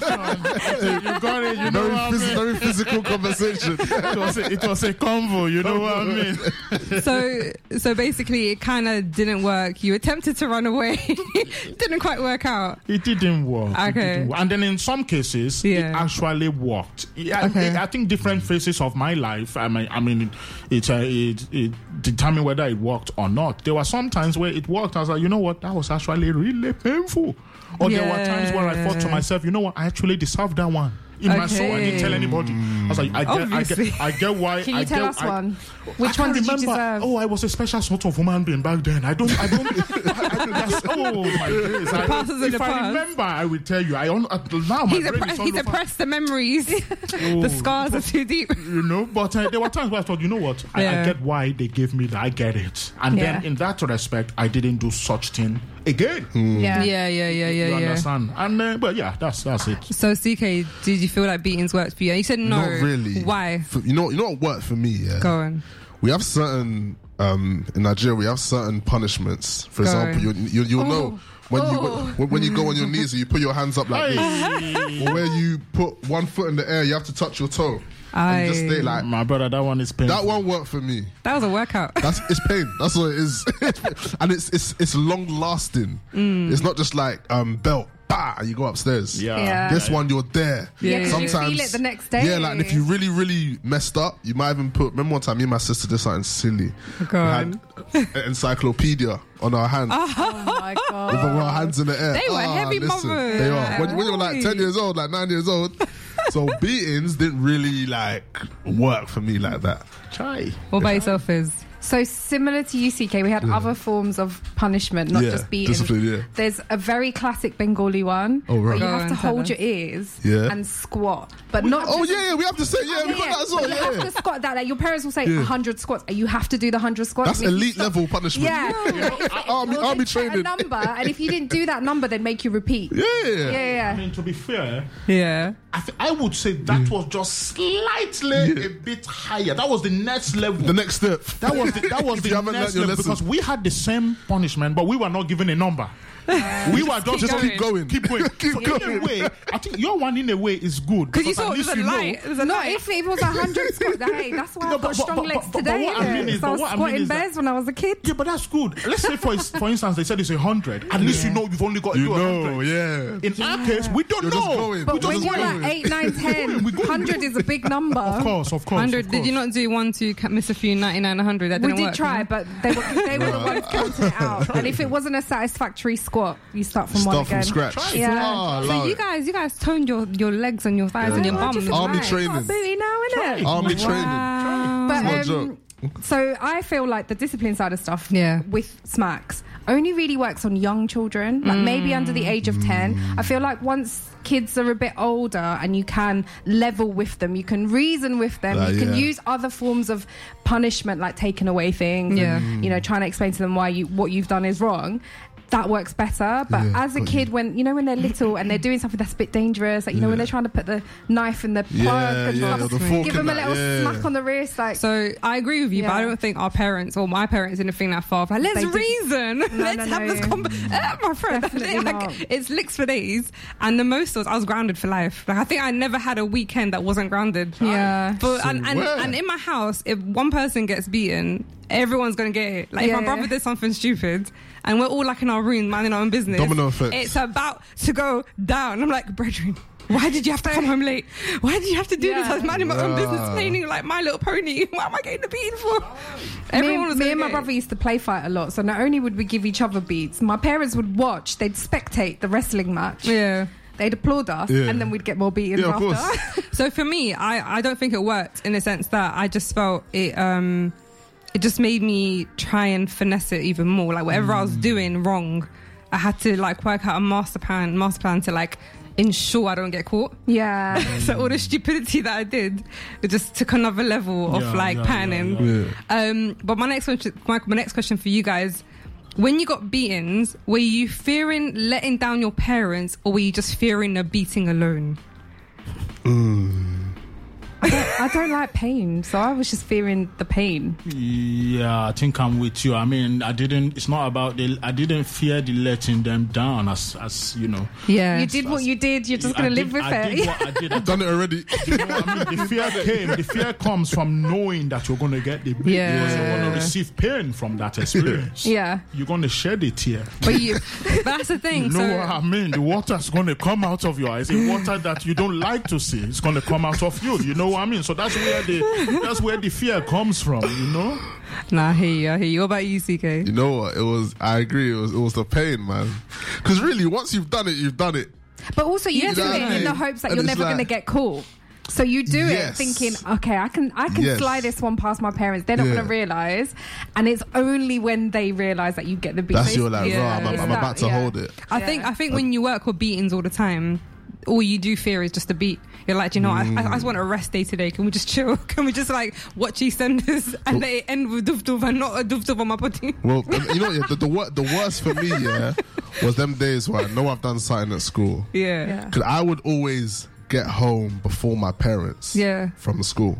Speaker 4: by conversation. You got it. You know
Speaker 1: Very,
Speaker 4: what I
Speaker 1: phys-
Speaker 4: mean.
Speaker 1: very physical conversation.
Speaker 4: It was a, it was a convo. You know what I mean.
Speaker 3: so so basically it kind of didn't work you attempted to run away didn't quite work out
Speaker 4: It didn't work. It
Speaker 3: Okay.
Speaker 4: didn't work. And then in some cases, it
Speaker 3: Yeah.
Speaker 4: actually worked. Yeah,
Speaker 3: Okay.
Speaker 4: I, I think different phases of my life. I mean, I mean, it, uh, it it determined whether it worked or not. There were some times where it worked. I was like, you know what, that was actually really painful. Or there were times where I thought to
Speaker 3: Yeah.
Speaker 4: myself, you know what, I actually deserved that one. In my soul, I didn't tell
Speaker 3: Okay.
Speaker 4: anybody. I was like, I get, I
Speaker 3: Obviously.
Speaker 4: get, I get why.
Speaker 2: Can you
Speaker 4: I
Speaker 2: tell
Speaker 4: get-
Speaker 2: us
Speaker 4: I-
Speaker 2: one?
Speaker 4: I
Speaker 2: Which
Speaker 4: can't
Speaker 2: one did you
Speaker 4: remember.
Speaker 2: deserve?
Speaker 4: Oh, I was a special sort of woman being back then. I don't. I don't. I, I, that's, oh my days! I-
Speaker 3: past is in
Speaker 4: if
Speaker 3: the
Speaker 4: I
Speaker 3: past.
Speaker 4: remember, I will tell you. I un- until now my
Speaker 3: he's,
Speaker 4: brain
Speaker 3: oppre-
Speaker 4: is all
Speaker 3: he's
Speaker 4: over.
Speaker 3: oppressed the memories the scars are too deep
Speaker 4: You know, but uh, there were times where I thought, you know what? I, I
Speaker 3: Yeah.
Speaker 4: get why they gave me that. I get it. And then
Speaker 2: Yeah.
Speaker 4: in that respect, I didn't do such thing again.
Speaker 2: yeah.
Speaker 3: yeah yeah yeah
Speaker 4: You
Speaker 3: yeah yeah
Speaker 4: understand? And uh, but yeah, that's that's it.
Speaker 3: so ck did you feel like beatings worked for you you said no
Speaker 1: Not really.
Speaker 3: why
Speaker 1: For- you know, you know what worked for me. Yeah,
Speaker 3: go on
Speaker 1: we have certain um, in Nigeria. We have certain punishments. For
Speaker 3: Go. Oh.
Speaker 1: example, you you you know when you when, when you go on your knees, and you put your hands up like this,
Speaker 3: Uh-huh.
Speaker 4: Hey,
Speaker 1: or where you put one foot in the air, you have to touch your toe and just
Speaker 3: Aye.
Speaker 1: stay like
Speaker 4: my brother, that one is painful.
Speaker 1: that. One worked for me.
Speaker 3: that was a workout
Speaker 1: That's it's pain. That's what it is, and it's it's it's long lasting. It's not just like um belt, bah, and you go upstairs.
Speaker 4: Yeah.
Speaker 2: Yeah.
Speaker 1: This one, you're there.
Speaker 3: Yeah, 'cause you
Speaker 1: sometimes
Speaker 2: feel it the next day.
Speaker 1: Yeah, like and if you really, really messed up, you might even put. Remember one time, me and my sister did something silly.
Speaker 3: Go
Speaker 1: we
Speaker 3: on.
Speaker 1: had an encyclopedia on our hands,
Speaker 2: Oh my god.
Speaker 1: with our hands in the air.
Speaker 3: They were
Speaker 1: Ah,
Speaker 3: heavy mothers.
Speaker 1: They are. When, when you're like
Speaker 3: Right.
Speaker 1: ten years old, like nine years old, so beatings didn't really like work for me like that.
Speaker 4: Chai.
Speaker 3: what about yourself is
Speaker 2: So similar to UCK, we had other forms of punishment, not
Speaker 1: Yeah,
Speaker 2: just beating.
Speaker 1: discipline, yeah.
Speaker 2: There's a very classic Bengali one
Speaker 1: Oh, right.
Speaker 2: where you
Speaker 3: Go
Speaker 2: have
Speaker 3: on,
Speaker 2: to
Speaker 3: tell them.
Speaker 2: hold your ears
Speaker 1: Yeah.
Speaker 2: and squat, but not.
Speaker 1: Oh
Speaker 2: just-
Speaker 1: yeah, yeah, we have to say yeah, we got that as well.
Speaker 2: but you have
Speaker 1: Yeah,
Speaker 2: to squat that. Like your parents will say,
Speaker 1: Yeah.
Speaker 2: hundred squats. You have to do the hundred squats.
Speaker 1: that's
Speaker 2: And if you
Speaker 1: elite
Speaker 2: stop-
Speaker 1: level punishment.
Speaker 2: Yeah.
Speaker 1: army,
Speaker 2: Or they
Speaker 1: army
Speaker 2: set A
Speaker 1: training.
Speaker 2: number, and if you didn't do that number, they'd make you repeat.
Speaker 1: Yeah.
Speaker 2: Yeah,
Speaker 4: I
Speaker 2: yeah.
Speaker 4: mean, to be fair,
Speaker 3: yeah
Speaker 4: I, th- I would say that
Speaker 1: Mm.
Speaker 4: was just slightly a bit higher. That was the next level.
Speaker 1: The next step.
Speaker 4: That was the, that was
Speaker 1: If
Speaker 4: the
Speaker 1: you haven't
Speaker 4: next
Speaker 1: learned your
Speaker 4: level
Speaker 1: lesson.
Speaker 4: because we had the same punishment, but we were not given a number. we were just
Speaker 1: Just keep going.
Speaker 4: Keep going.
Speaker 1: Keep
Speaker 4: so In
Speaker 1: going.
Speaker 4: a way, I think your one in a way is good
Speaker 3: because you
Speaker 4: at
Speaker 3: saw it was
Speaker 4: least
Speaker 3: a
Speaker 4: you know-
Speaker 3: light it was a
Speaker 2: No,
Speaker 3: light
Speaker 2: if it was a hundred squats, hey, that's why
Speaker 4: No,
Speaker 2: I've
Speaker 4: but-
Speaker 2: got strong
Speaker 4: but- but-
Speaker 2: legs
Speaker 4: but- but
Speaker 2: today.
Speaker 4: what I mean
Speaker 2: innit?
Speaker 4: is-
Speaker 2: So
Speaker 4: but
Speaker 2: I was
Speaker 4: what I mean
Speaker 2: squatting
Speaker 4: is that-
Speaker 2: bears when I was a kid.
Speaker 4: Yeah, but that's good. Let's say for ins- for instance, they said it's a hundred. At least you know you've only got to
Speaker 1: You
Speaker 4: do a
Speaker 1: know,
Speaker 4: hundred.
Speaker 1: yeah.
Speaker 4: In our case, we don't
Speaker 1: You're just
Speaker 4: know.
Speaker 1: going.
Speaker 4: We
Speaker 1: But
Speaker 2: But
Speaker 4: just
Speaker 2: when you're
Speaker 4: went.
Speaker 2: like 8, 9, 10, 100 is a big number.
Speaker 4: of course, of course,
Speaker 3: Hundred?
Speaker 4: of
Speaker 3: Did you
Speaker 4: course.
Speaker 3: not do one, two, ca- miss a few, ninety nine, hundred? That
Speaker 2: We
Speaker 3: didn't
Speaker 2: did
Speaker 3: work,
Speaker 2: try, but they were, they were the ones counting it out. And if it wasn't a satisfactory squat, you start from one
Speaker 1: Start
Speaker 2: again.
Speaker 1: from scratch.
Speaker 4: Try it.
Speaker 2: Yeah.
Speaker 1: Ah,
Speaker 3: So
Speaker 1: allow
Speaker 3: you
Speaker 1: it.
Speaker 3: guys, you guys toned your, your legs and your thighs and your
Speaker 2: Why
Speaker 3: bum.
Speaker 2: do you
Speaker 3: Look
Speaker 1: Army
Speaker 3: nice.
Speaker 2: feel like-
Speaker 1: training.
Speaker 2: Booty now, innit?
Speaker 1: Army training.
Speaker 3: Wow.
Speaker 2: But,
Speaker 1: It's not a
Speaker 2: um, so I feel like the discipline side of stuff
Speaker 3: Yeah.
Speaker 2: with smacks only really works on young children, like maybe under the age of
Speaker 1: Mm.
Speaker 2: 10. I feel like once kids are a bit older and you can level with them, you can reason with them,
Speaker 1: Ah,
Speaker 2: you can
Speaker 1: yeah.
Speaker 2: use other forms of punishment like taking away things,
Speaker 3: Yeah.
Speaker 2: and, you know, trying to explain to them why you what you've done is wrong. That works better, but
Speaker 1: Yeah,
Speaker 2: as a
Speaker 1: got
Speaker 2: kid, when you know when they're little and they're doing something that's a bit dangerous, like you know when
Speaker 1: Yeah.
Speaker 2: they're trying to put the knife in the plug
Speaker 1: Yeah,
Speaker 2: and
Speaker 1: yeah,
Speaker 2: stuff,
Speaker 1: the fork
Speaker 2: give
Speaker 1: and
Speaker 2: them a
Speaker 1: that,
Speaker 2: little
Speaker 1: yeah.
Speaker 2: smack on the wrist, like
Speaker 3: so I agree with you, but I
Speaker 2: Yeah.
Speaker 3: don't think our parents or my parents didn't think that far. off. Like, let's
Speaker 2: They didn't.
Speaker 3: reason. let's
Speaker 2: no,
Speaker 3: have
Speaker 2: no.
Speaker 3: this combo. Uh, my friend,
Speaker 2: Definitely not.
Speaker 3: like, it's licks for days. And the most was I was grounded for life. Like I think I never had a weekend that wasn't grounded.
Speaker 2: Yeah.
Speaker 3: But and, and,
Speaker 1: where?
Speaker 3: and in my house, if one person gets beaten, everyone's gonna get it. Like
Speaker 2: Yeah,
Speaker 3: if my brother
Speaker 2: yeah.
Speaker 3: did something stupid, and we're all like in our room minding our own business.
Speaker 1: Domino effect.
Speaker 3: It's about to go down. I'm like, brethren. Why did you have to come home late? Why did you have to do this? I was
Speaker 2: Yeah.
Speaker 3: minding my own business,
Speaker 1: Yeah.
Speaker 3: playing like My Little Pony. What am I getting the beating for?
Speaker 2: me, and- me
Speaker 3: gonna
Speaker 2: and my
Speaker 3: get it.
Speaker 2: brother used to play fight a lot, so not only would we give each other beats, my parents would watch, they'd spectate the wrestling match.
Speaker 3: Yeah.
Speaker 2: They'd applaud us,
Speaker 1: Yeah.
Speaker 2: and then we'd get more beatings
Speaker 1: Yeah, of
Speaker 2: after.
Speaker 1: course.
Speaker 3: So for me, I, I don't think it worked in the sense that I just felt it um it just made me try and finesse it even more. Like whatever I
Speaker 2: Mm.
Speaker 3: was doing wrong, I had to like work out a master plan master plan to like ensure I don't get caught.
Speaker 2: yeah.
Speaker 3: so all the stupidity that I did, it just took another level of
Speaker 4: Yeah,
Speaker 3: like
Speaker 4: yeah,
Speaker 3: panning.
Speaker 4: yeah,
Speaker 1: yeah.
Speaker 3: Um, but my next question, my, my next question for you guys: When you got beatings, were you fearing letting down your parents, or were you just fearing a beating alone?
Speaker 2: I don't like pain, so I was just fearing the pain.
Speaker 4: Yeah, I think I'm with you. I mean, I didn't. It's not about the. I didn't fear the letting them down. As as you know,
Speaker 3: Yeah.
Speaker 2: You did what you did. You're just
Speaker 4: I
Speaker 2: gonna
Speaker 4: did-
Speaker 2: live with
Speaker 4: I
Speaker 2: it.
Speaker 4: Did what I did. I
Speaker 1: Done it already.
Speaker 4: You know what I mean? The fear came. The fear comes from knowing that you're going to get the beat.
Speaker 3: Yeah.
Speaker 4: Because you're going to receive pain from that experience.
Speaker 2: Yeah.
Speaker 4: You're going to shed a tear.
Speaker 3: But you, but that's the thing.
Speaker 4: You know
Speaker 3: so
Speaker 4: what I mean? The water's going to come out of your eyes. The water that you don't like to see, it's going to come out of you. You know what I mean? So that's where the that's where the fear comes from. You know?
Speaker 3: nah, I hear you. I hear you. What about you, CK?
Speaker 1: You know what? It was. I agree. It was. It was the pain, man. Because really, once you've done it, you've done it.
Speaker 2: But also, you
Speaker 1: Yeah,
Speaker 2: do
Speaker 1: that's
Speaker 2: it in
Speaker 1: right.
Speaker 2: the hopes that
Speaker 1: And
Speaker 2: you're
Speaker 1: it's
Speaker 2: never
Speaker 1: like-
Speaker 2: going to get caught. So you do
Speaker 1: Yes.
Speaker 2: it thinking, okay, I can I can
Speaker 1: Yes.
Speaker 2: slide this one past my parents. They're not
Speaker 1: Yeah.
Speaker 2: going to realize, and it's only when they realize that you get the beat.
Speaker 1: That's your like.
Speaker 3: yeah,
Speaker 1: rah, I'm,
Speaker 2: it's
Speaker 1: I'm
Speaker 2: that,
Speaker 1: about to
Speaker 2: yeah.
Speaker 1: hold it.
Speaker 3: I think
Speaker 2: Yeah.
Speaker 3: I think when you work with beatings all the time, all you do fear is just a beat. You're like, "Do you know, what? I, I just want a rest day today. Can we just chill? Can we just like watch EastEnders and they end with doof doof and not a doof doof on my body?
Speaker 1: Well, you know, yeah, the, the, wor- the worst for me, yeah, was them days where I know I've done something at school.
Speaker 3: Yeah.
Speaker 2: Yeah.
Speaker 1: Because I would always get home before my parents
Speaker 3: Yeah.
Speaker 1: from school.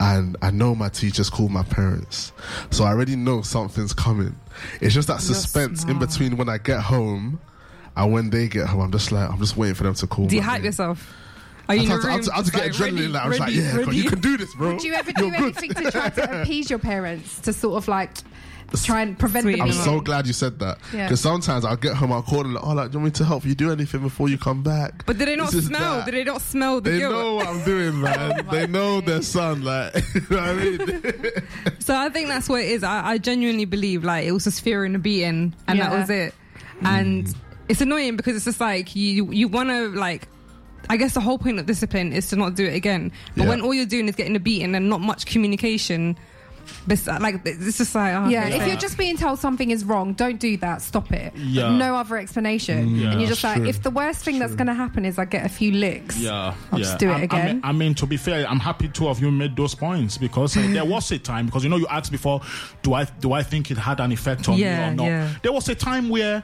Speaker 1: And I know my teachers call my parents. So I already know something's coming. It's just that suspense in
Speaker 3: smart.
Speaker 1: between when I get home and when they get home. I'm just like, I'm just waiting for them to call
Speaker 3: Do you
Speaker 1: my
Speaker 3: hype
Speaker 1: name.
Speaker 3: yourself? Are
Speaker 1: I
Speaker 3: you in
Speaker 1: had
Speaker 3: the
Speaker 1: to- I
Speaker 3: room?
Speaker 1: had to, I had to
Speaker 3: just
Speaker 1: get
Speaker 3: like,
Speaker 1: adrenaling.
Speaker 3: ready,
Speaker 1: like, I was
Speaker 3: ready,
Speaker 1: like, yeah, God,
Speaker 3: ready?
Speaker 1: you can do this, bro.
Speaker 2: Do you ever do
Speaker 1: You're good.
Speaker 2: anything to try to appease your parents to sort of like try and prevent
Speaker 3: Sweet.
Speaker 2: the
Speaker 1: I'm
Speaker 2: beating?
Speaker 1: so glad you said that
Speaker 2: Yeah.
Speaker 1: because sometimes I'll get home, I'll call them like, "Oh, like, do you want me to help you do anything before you come back?"
Speaker 3: But did they not
Speaker 1: This is
Speaker 3: smell?
Speaker 1: that.
Speaker 3: Did they not smell the
Speaker 1: They
Speaker 3: guilt?
Speaker 1: know what I'm doing,
Speaker 3: Oh
Speaker 1: man. they know their son, like you know what I mean.
Speaker 3: So I think that's what it is. I, I genuinely believe like it was just fear and a beating, and that
Speaker 2: Yeah.
Speaker 3: was it. And
Speaker 1: Mm.
Speaker 3: it's annoying because it's just like you you want to like. I guess the whole point of discipline is to not do it again. But
Speaker 1: Yeah.
Speaker 3: when all you're doing is getting a beating and not much communication, bes- like it's just like oh,
Speaker 2: Yeah,
Speaker 3: it's
Speaker 2: if
Speaker 3: like-
Speaker 2: you're just being told something is wrong, don't do that. Stop it.
Speaker 4: Yeah.
Speaker 2: No other explanation.
Speaker 4: Yeah.
Speaker 2: and you're just
Speaker 1: That's
Speaker 2: like,
Speaker 1: true.
Speaker 2: if the worst thing that's going to happen is I get a few licks.
Speaker 4: Yeah,
Speaker 2: I'll
Speaker 4: yeah.
Speaker 2: just do it
Speaker 4: I- I mean-
Speaker 2: again.
Speaker 4: I mean, to be fair, I'm happy two of you made those points because uh, there was a time because you know you asked before, do I do I think it had an effect on
Speaker 3: Yeah,
Speaker 4: me or not?
Speaker 3: yeah.
Speaker 4: There was a time where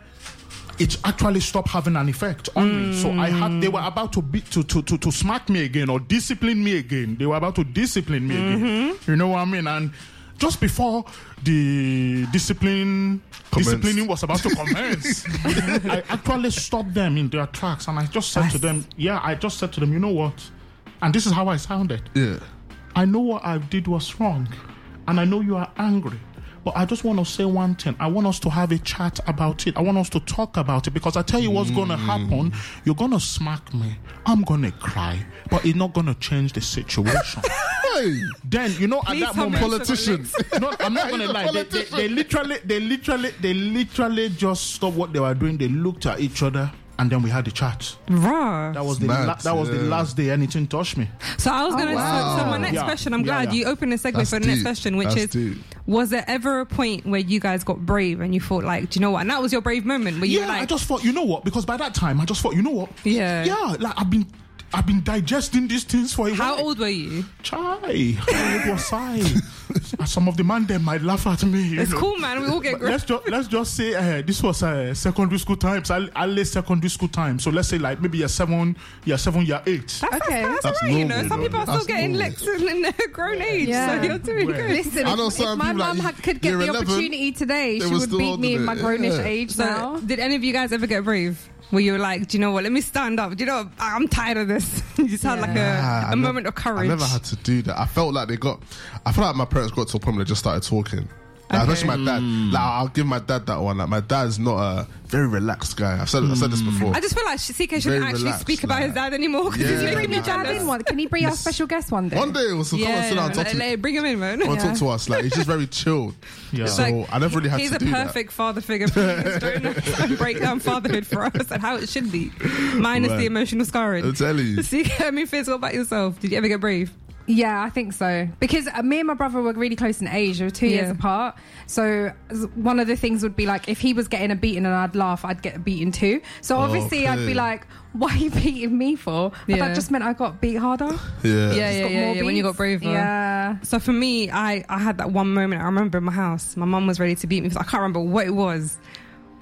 Speaker 4: it actually stopped having an effect on me. So I had they were about to beat to, to to to smack me again or discipline me again. They were about to discipline me again. You know what I mean? And just before the discipline
Speaker 1: Commenced.
Speaker 4: disciplining was about to commence, I actually stopped them in their tracks and I just said to them, Yeah, I just said to them, you know what? And this is how I sounded.
Speaker 1: Yeah,
Speaker 4: I know what I did was wrong, and I know you are angry. But I just want to say one thing. I want us to have a chat about it. I want us to talk about it because I tell you what's going
Speaker 3: Hmm.
Speaker 4: to happen. You're going to smack me. I'm going to cry, but it's not going to change the situation.
Speaker 1: hey,
Speaker 4: then, you know,
Speaker 3: Please
Speaker 4: at that
Speaker 3: tell me
Speaker 4: moment,
Speaker 1: politician.
Speaker 4: no, I'm not gonna
Speaker 1: He's a
Speaker 4: lie. They, they,
Speaker 1: politician.
Speaker 4: they literally, they literally, they literally just stopped what they were doing. They looked at each other, and then we had a chat.
Speaker 3: raw.
Speaker 4: That was the
Speaker 1: Mad,
Speaker 4: la- that was the
Speaker 1: yeah.
Speaker 4: last day anything touched me.
Speaker 3: So
Speaker 2: Oh,
Speaker 3: I was gonna. So, so my next
Speaker 4: Yeah.
Speaker 3: question. I'm
Speaker 4: Yeah,
Speaker 3: glad
Speaker 4: yeah.
Speaker 3: you opened a segue
Speaker 1: That's
Speaker 3: for the next
Speaker 1: deep.
Speaker 3: question, which
Speaker 1: That's
Speaker 3: is:
Speaker 1: deep.
Speaker 3: Was there ever a point where you guys got brave and you thought like, do you know what? And that was your brave moment where you
Speaker 4: yeah,
Speaker 3: were like,
Speaker 4: I just thought, you know what? Because by that time, I just thought, you know what?
Speaker 3: Yeah.
Speaker 4: yeah. Like I've been, I've been digesting these things for a
Speaker 3: how
Speaker 4: while.
Speaker 3: old were you?
Speaker 4: Chai, how old was I? Some of the man there might laugh at me. you
Speaker 3: It's
Speaker 4: know.
Speaker 3: cool, man. We all get
Speaker 4: But
Speaker 3: grown.
Speaker 4: let's just let's just say uh, this was uh, secondary school times. I, I lay secondary school time, so let's say like maybe year seven, year seven, year eight.
Speaker 2: Okay.
Speaker 3: That's,
Speaker 1: That's
Speaker 3: all right, you know.
Speaker 1: normal,
Speaker 3: Some
Speaker 1: though.
Speaker 3: people are
Speaker 1: That's
Speaker 3: still getting
Speaker 1: normal.
Speaker 3: licks in, in their grown age,
Speaker 2: Yeah.
Speaker 3: so you're doing
Speaker 4: Right.
Speaker 3: good.
Speaker 2: Listen,
Speaker 1: I know
Speaker 2: if,
Speaker 1: some
Speaker 2: if my
Speaker 1: people, like,
Speaker 2: mum had could get
Speaker 1: year
Speaker 2: the
Speaker 1: 11,
Speaker 2: opportunity today,
Speaker 1: they
Speaker 2: she
Speaker 1: were
Speaker 2: would
Speaker 1: still
Speaker 2: beat me
Speaker 1: holding
Speaker 2: in my
Speaker 1: it.
Speaker 2: grownish
Speaker 1: Yeah.
Speaker 2: age
Speaker 3: So,
Speaker 2: now.
Speaker 3: did any of you guys ever get brave? Where you were like, do you know what? Let me stand up. Do you know? what? I'm tired of this. you just had like
Speaker 1: Ah,
Speaker 3: a,
Speaker 1: I
Speaker 3: a
Speaker 1: nev-
Speaker 3: moment of courage.
Speaker 1: I never had to do that. I felt like they got. I felt like my parents got to a point where they just started talking. Like,
Speaker 3: Okay.
Speaker 1: Especially my dad. Like I'll give my dad that one. Like my dad's not a very relaxed guy. I've said I've said this before.
Speaker 3: I just feel like CK shouldn't
Speaker 1: Very
Speaker 3: actually
Speaker 1: relaxed,
Speaker 3: speak about
Speaker 1: like-
Speaker 3: his dad anymore because
Speaker 1: Yeah,
Speaker 3: he's
Speaker 1: Bring
Speaker 3: making me
Speaker 1: man.
Speaker 2: Dad
Speaker 3: jealous.
Speaker 2: in one. Can he bring our special guest one day?
Speaker 1: one day it was to come and sit down and talk
Speaker 3: like,
Speaker 1: to me.
Speaker 3: like, bring him in, man.
Speaker 1: Or
Speaker 3: It's
Speaker 1: talk to us like he's just very chilled.
Speaker 4: Yeah.
Speaker 1: So I never really had
Speaker 3: he's
Speaker 1: to
Speaker 3: a
Speaker 1: do that.
Speaker 3: perfect father figure. Please don't break down fatherhood for us and how it should be, minus the
Speaker 1: Right.
Speaker 3: emotional scarring.
Speaker 1: I'm telling you.
Speaker 3: See, I mean, Fizz, what about yourself? Did you ever get brave?
Speaker 2: Yeah, I think so. Because uh, me and my brother were really close in age. We were two years
Speaker 3: Yeah.
Speaker 2: apart. So as- one of the things would be like, if he was getting a beating and I'd laugh, I'd get beaten too. So
Speaker 4: Oh,
Speaker 2: obviously I'd
Speaker 1: Okay.
Speaker 2: be like, why are you beating me for? But
Speaker 3: Yeah.
Speaker 2: that just meant I got beat harder.
Speaker 1: Yeah.
Speaker 3: Yeah, yeah,
Speaker 2: Got
Speaker 3: yeah,
Speaker 2: more
Speaker 3: yeah, when you
Speaker 2: beats.
Speaker 3: got braver.
Speaker 2: Yeah.
Speaker 3: So for me, I, I had that one moment I remember in my house. My mum was ready to beat me because I can't remember what it was.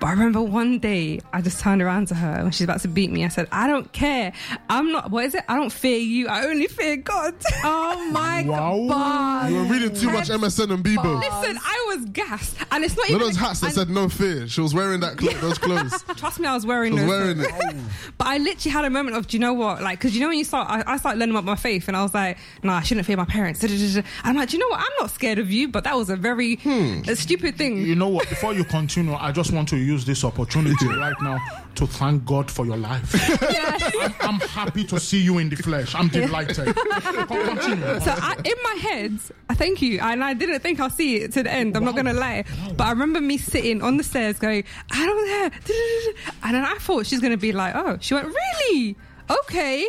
Speaker 3: But I remember one day I just turned around to her when she's about to beat me. I said, I don't care. I'm not, what is it? I don't fear you. I only fear God.
Speaker 2: Oh my
Speaker 4: Wow.
Speaker 2: god.
Speaker 1: You were reading too much MSN and Bebo.
Speaker 2: Bars.
Speaker 3: Listen, I was gassed. And it's not
Speaker 1: You know
Speaker 3: even.
Speaker 1: those hats that
Speaker 3: and-
Speaker 1: said no fear? She was wearing that clo- those clothes.
Speaker 3: Trust me, I was wearing
Speaker 1: She was
Speaker 3: those.
Speaker 1: wearing it.
Speaker 3: But I literally had a moment of, do you know what? Like, because you know when you start, I, I started learning about my faith, and I was like, no, I shouldn't fear my parents. And I'm like, do you know what? I'm not scared of you, but that was a very
Speaker 1: Hmm.
Speaker 3: a stupid thing.
Speaker 4: You know what? Before you continue, I just want to use this opportunity right now to thank God for your life. I, am happy to see you in the flesh. I'm delighted. Con- continue.
Speaker 3: So I, in my head, I thank you, and I didn't think I'll see it to the end. I'm not gonna lie, but I remember me sitting on the stairs going, I don't care, and then I thought she's gonna be like, oh, she went really okay,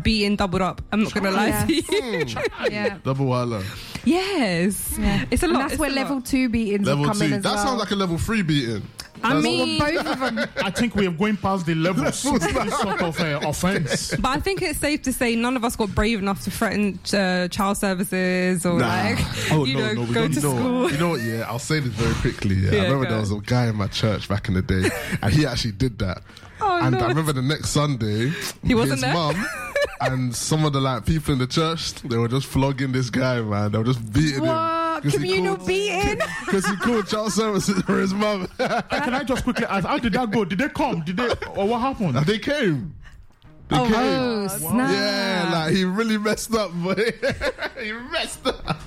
Speaker 3: being doubled up. I'm not gonna lie to you.
Speaker 1: Hmm.
Speaker 2: Yeah.
Speaker 1: Double Wala.
Speaker 3: yes, it's a lot.
Speaker 2: And that's
Speaker 3: it's
Speaker 2: where
Speaker 3: a lot.
Speaker 2: level two beatings
Speaker 1: Level
Speaker 2: come
Speaker 1: two.
Speaker 2: in
Speaker 1: That
Speaker 2: as well.
Speaker 1: sounds like a level three beating.
Speaker 3: I
Speaker 1: That's-
Speaker 3: mean,
Speaker 2: both of them.
Speaker 4: I think we are going past the levels of this sort of uh, offense.
Speaker 3: But I think it's safe to say none of us got brave enough to threaten uh, child services or
Speaker 1: Nah. Oh,
Speaker 3: like you know
Speaker 1: we
Speaker 3: go
Speaker 1: don't- you
Speaker 3: to
Speaker 1: know,
Speaker 3: school.
Speaker 1: You know what? Yeah, I'll say this very quickly. Yeah,
Speaker 3: Yeah,
Speaker 1: I remember
Speaker 3: go.
Speaker 1: there was a guy in my church back in the day, and he actually did that.
Speaker 3: Oh,
Speaker 1: and
Speaker 3: no.
Speaker 1: I remember the next Sunday,
Speaker 3: He wasn't
Speaker 1: his
Speaker 3: there?
Speaker 1: mum and some of the like people in the church, they were just flogging this guy, man. They were just beating him.
Speaker 2: What?
Speaker 1: 'Cause he
Speaker 2: Communal
Speaker 1: called-
Speaker 2: beating?
Speaker 1: Because he called child services for his mum.
Speaker 4: Can I just quickly ask? How did that go? Did they come? Did they? Or what happened?
Speaker 1: and they came. They came.
Speaker 2: Oh, snap.
Speaker 1: Yeah, like he really messed up, boy. he messed up.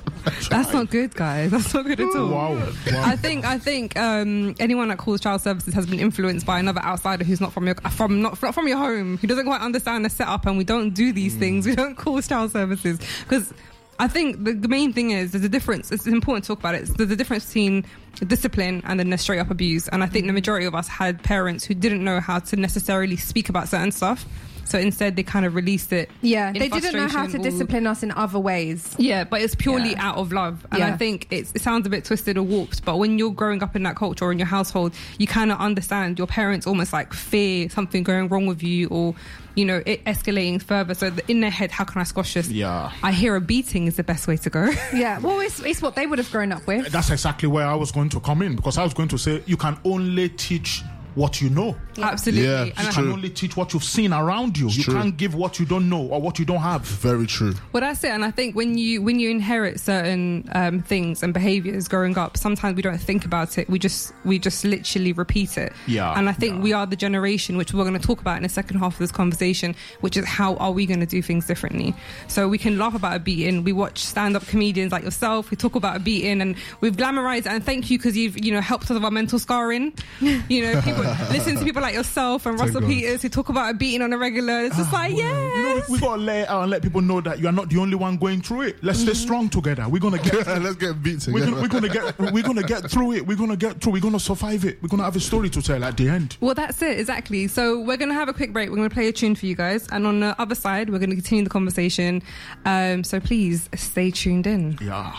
Speaker 3: That's not good, guys. That's not good at all.
Speaker 4: Wow.
Speaker 3: I think I think um, anyone that calls child services has been influenced by another outsider who's not from your from not, not from your home who doesn't quite understand the setup and we don't do these things we don't call child services because I think the, the main thing is there's a difference it's important to talk about it there's a difference between discipline and then the straight up abuse and I think the majority of us had parents who didn't know how to necessarily speak about certain stuff so instead they kind of released it
Speaker 2: Yeah,
Speaker 3: in
Speaker 2: they didn't know how to
Speaker 3: frustration or-
Speaker 2: discipline us in other ways.
Speaker 3: yeah, but it's purely
Speaker 2: Yeah.
Speaker 3: out of love. And I
Speaker 2: Yeah.
Speaker 3: think it's, it sounds a bit twisted or warped, but when you're growing up in that culture or in your household, you kind of understand your parents almost like fear something going wrong with you or, you know, it escalating further. So th- in their head, how can I squash this?
Speaker 4: Yeah.
Speaker 3: I hear a beating is the best way to go.
Speaker 2: Yeah, well, it's, it's what they would have grown up with.
Speaker 4: That's exactly where I was going to come in because I was going to say you can only teach what you know.
Speaker 3: Absolutely.
Speaker 1: Yeah,
Speaker 3: And
Speaker 1: it's
Speaker 3: I-
Speaker 4: You
Speaker 1: true.
Speaker 4: can only teach what you've seen around you. you
Speaker 1: true.
Speaker 4: can't give what you don't know or what you don't have.
Speaker 1: Very true.
Speaker 3: Well, that's it, and I think when you when you inherit certain um, things and behaviors growing up, sometimes we don't think about it. We just we just literally repeat it.
Speaker 4: Yeah,
Speaker 3: And I think
Speaker 4: yeah.
Speaker 3: we are the generation which we're going to talk about in the second half of this conversation, which is how are we going to do things differently? So we can laugh about a beating. We watch stand up comedians like yourself. We talk about a beating, and we've glamorized it. And thank you because you've you know helped us with our mental scarring. You know, people listen to people like yourself and Russell
Speaker 1: God.
Speaker 3: Peters who talk about a beating on a regular. It's just like yeah.
Speaker 4: Ah, You know, we- we gotta lay it out and let people know that you are not the only one going through it. Let's stay strong together. We're gonna get.
Speaker 1: Let's get beat
Speaker 4: We're
Speaker 1: together.
Speaker 4: gonna, we're gonna get. We're gonna get through it. We're gonna get through. We're gonna survive it. We're gonna have a story to tell at the end.
Speaker 3: Well, that's it, exactly. So, we're going to have a quick break. We're going to play a tune for you guys. And on the other side, we're going to continue the conversation. Um, so, please stay tuned in.
Speaker 4: Yeah.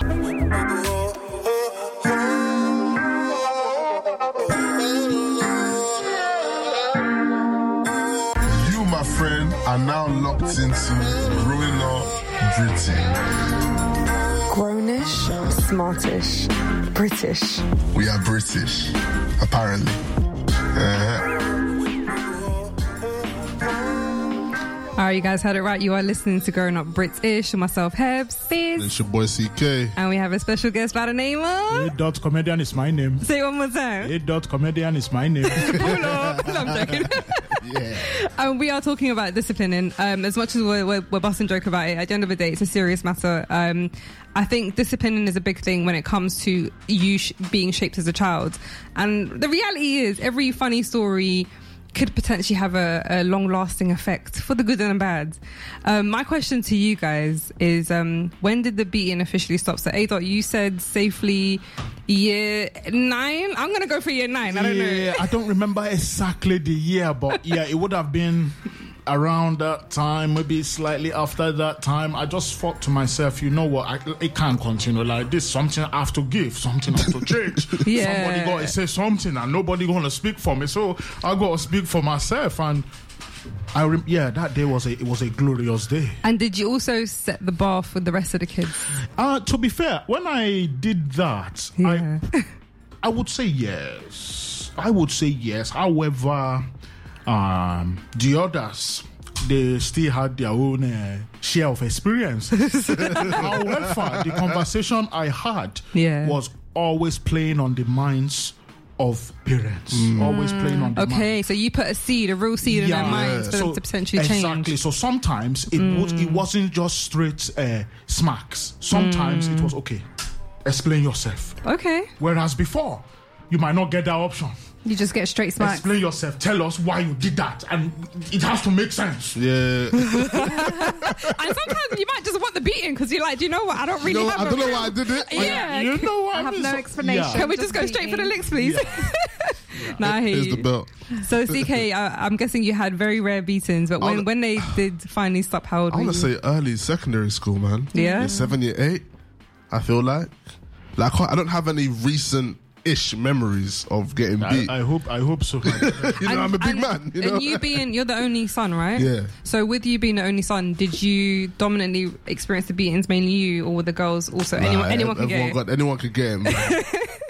Speaker 5: You, my friend, are now locked into growing up Britain.
Speaker 6: Grownish, smartish, British.
Speaker 5: We are British, apparently. Uh-huh.
Speaker 3: All right, you guys heard it right. You are listening to Growing Up British and myself, Hebs. Fizz.
Speaker 1: It's your boy CK.
Speaker 3: And we have a special guest by the name of.
Speaker 4: A dot comedian is my name.
Speaker 3: Say it one more time.
Speaker 4: A dot comedian is my name.
Speaker 3: Pull up. No, I'm joking.
Speaker 1: Yeah.
Speaker 3: And we are talking about disciplining. Um, as much as we're, we're, we're busting joke about it, at the end of the day, it's a serious matter. Um, I think disciplining is a big thing when it comes to you sh- being shaped as a child. And the reality is, every funny story could potentially have a, a long lasting effect for the good and the bad. Um, my question to you guys is um, when did the beating officially stop? So, A dot, you said safely year nine. I'm going to go for year nine. I don't know.
Speaker 4: Yeah, I don't remember exactly the year, but yeah, it would have been around that time, maybe slightly after that time. I just thought to myself, you know what, I, it can't continue like this. Something I have to give, something I have to change.
Speaker 3: Yeah.
Speaker 4: Somebody got to say something, and nobody going to speak for me. So I got to speak for myself. And I, rem- yeah, that day was a it was a glorious day.
Speaker 3: And did you also set the bar for the rest of the kids?
Speaker 4: Uh, to be fair, when I did that, I I would say yes. I would say yes. However, um, the others they still had their own uh, share of experiences. However, the conversation I had
Speaker 3: Yeah.
Speaker 4: was always playing on the minds of parents. Always playing on the minds.
Speaker 3: Mm. Okay, so you put a seed, a real seed in their minds for them to potentially change.
Speaker 4: Exactly. So sometimes it was
Speaker 2: Mm.
Speaker 4: it wasn't just straight uh, smacks. Sometimes
Speaker 2: Mm.
Speaker 4: it was okay. Explain yourself.
Speaker 3: Okay.
Speaker 4: Whereas before, you might not get that option.
Speaker 2: You just get straight smacks.
Speaker 4: Explain yourself. Tell us why you did that, and it has to make sense.
Speaker 1: Yeah.
Speaker 3: And sometimes you might just want the beating because you're like, do you know what? I don't really
Speaker 1: You know,
Speaker 3: have
Speaker 1: I
Speaker 3: a
Speaker 1: don't know
Speaker 3: real-
Speaker 1: why I did it.
Speaker 3: Yeah.
Speaker 4: You know what
Speaker 2: I have
Speaker 4: mean?
Speaker 2: no
Speaker 4: So-
Speaker 2: explanation.
Speaker 4: yeah.
Speaker 3: Can we just go
Speaker 2: Just
Speaker 3: straight for the
Speaker 2: beating.
Speaker 3: licks, please? nah, I hear
Speaker 1: Here's
Speaker 3: you.
Speaker 1: the belt.
Speaker 3: So CK, I, I'm guessing you had very rare beatings, but when,
Speaker 1: I'll-
Speaker 3: when they did finally stop, how old
Speaker 1: I
Speaker 3: were
Speaker 1: want
Speaker 3: you?
Speaker 1: to say early secondary school, man.
Speaker 3: Yeah.
Speaker 1: Year seven, year eight. I feel like, like I, can't- I don't have any recent ish memories of getting beat.
Speaker 4: I, I hope. I hope so.
Speaker 1: you know, I'm a big
Speaker 3: and,
Speaker 1: man. You know?
Speaker 3: And you being, you're the only son, right?
Speaker 1: Yeah.
Speaker 3: So with you being the only son, did you dominantly experience the beatings, mainly you, or were the girls also?
Speaker 1: Nah,
Speaker 3: anyone, anyone
Speaker 1: ev-
Speaker 3: can get
Speaker 1: everyone
Speaker 3: it.
Speaker 1: got anyone could get him. man.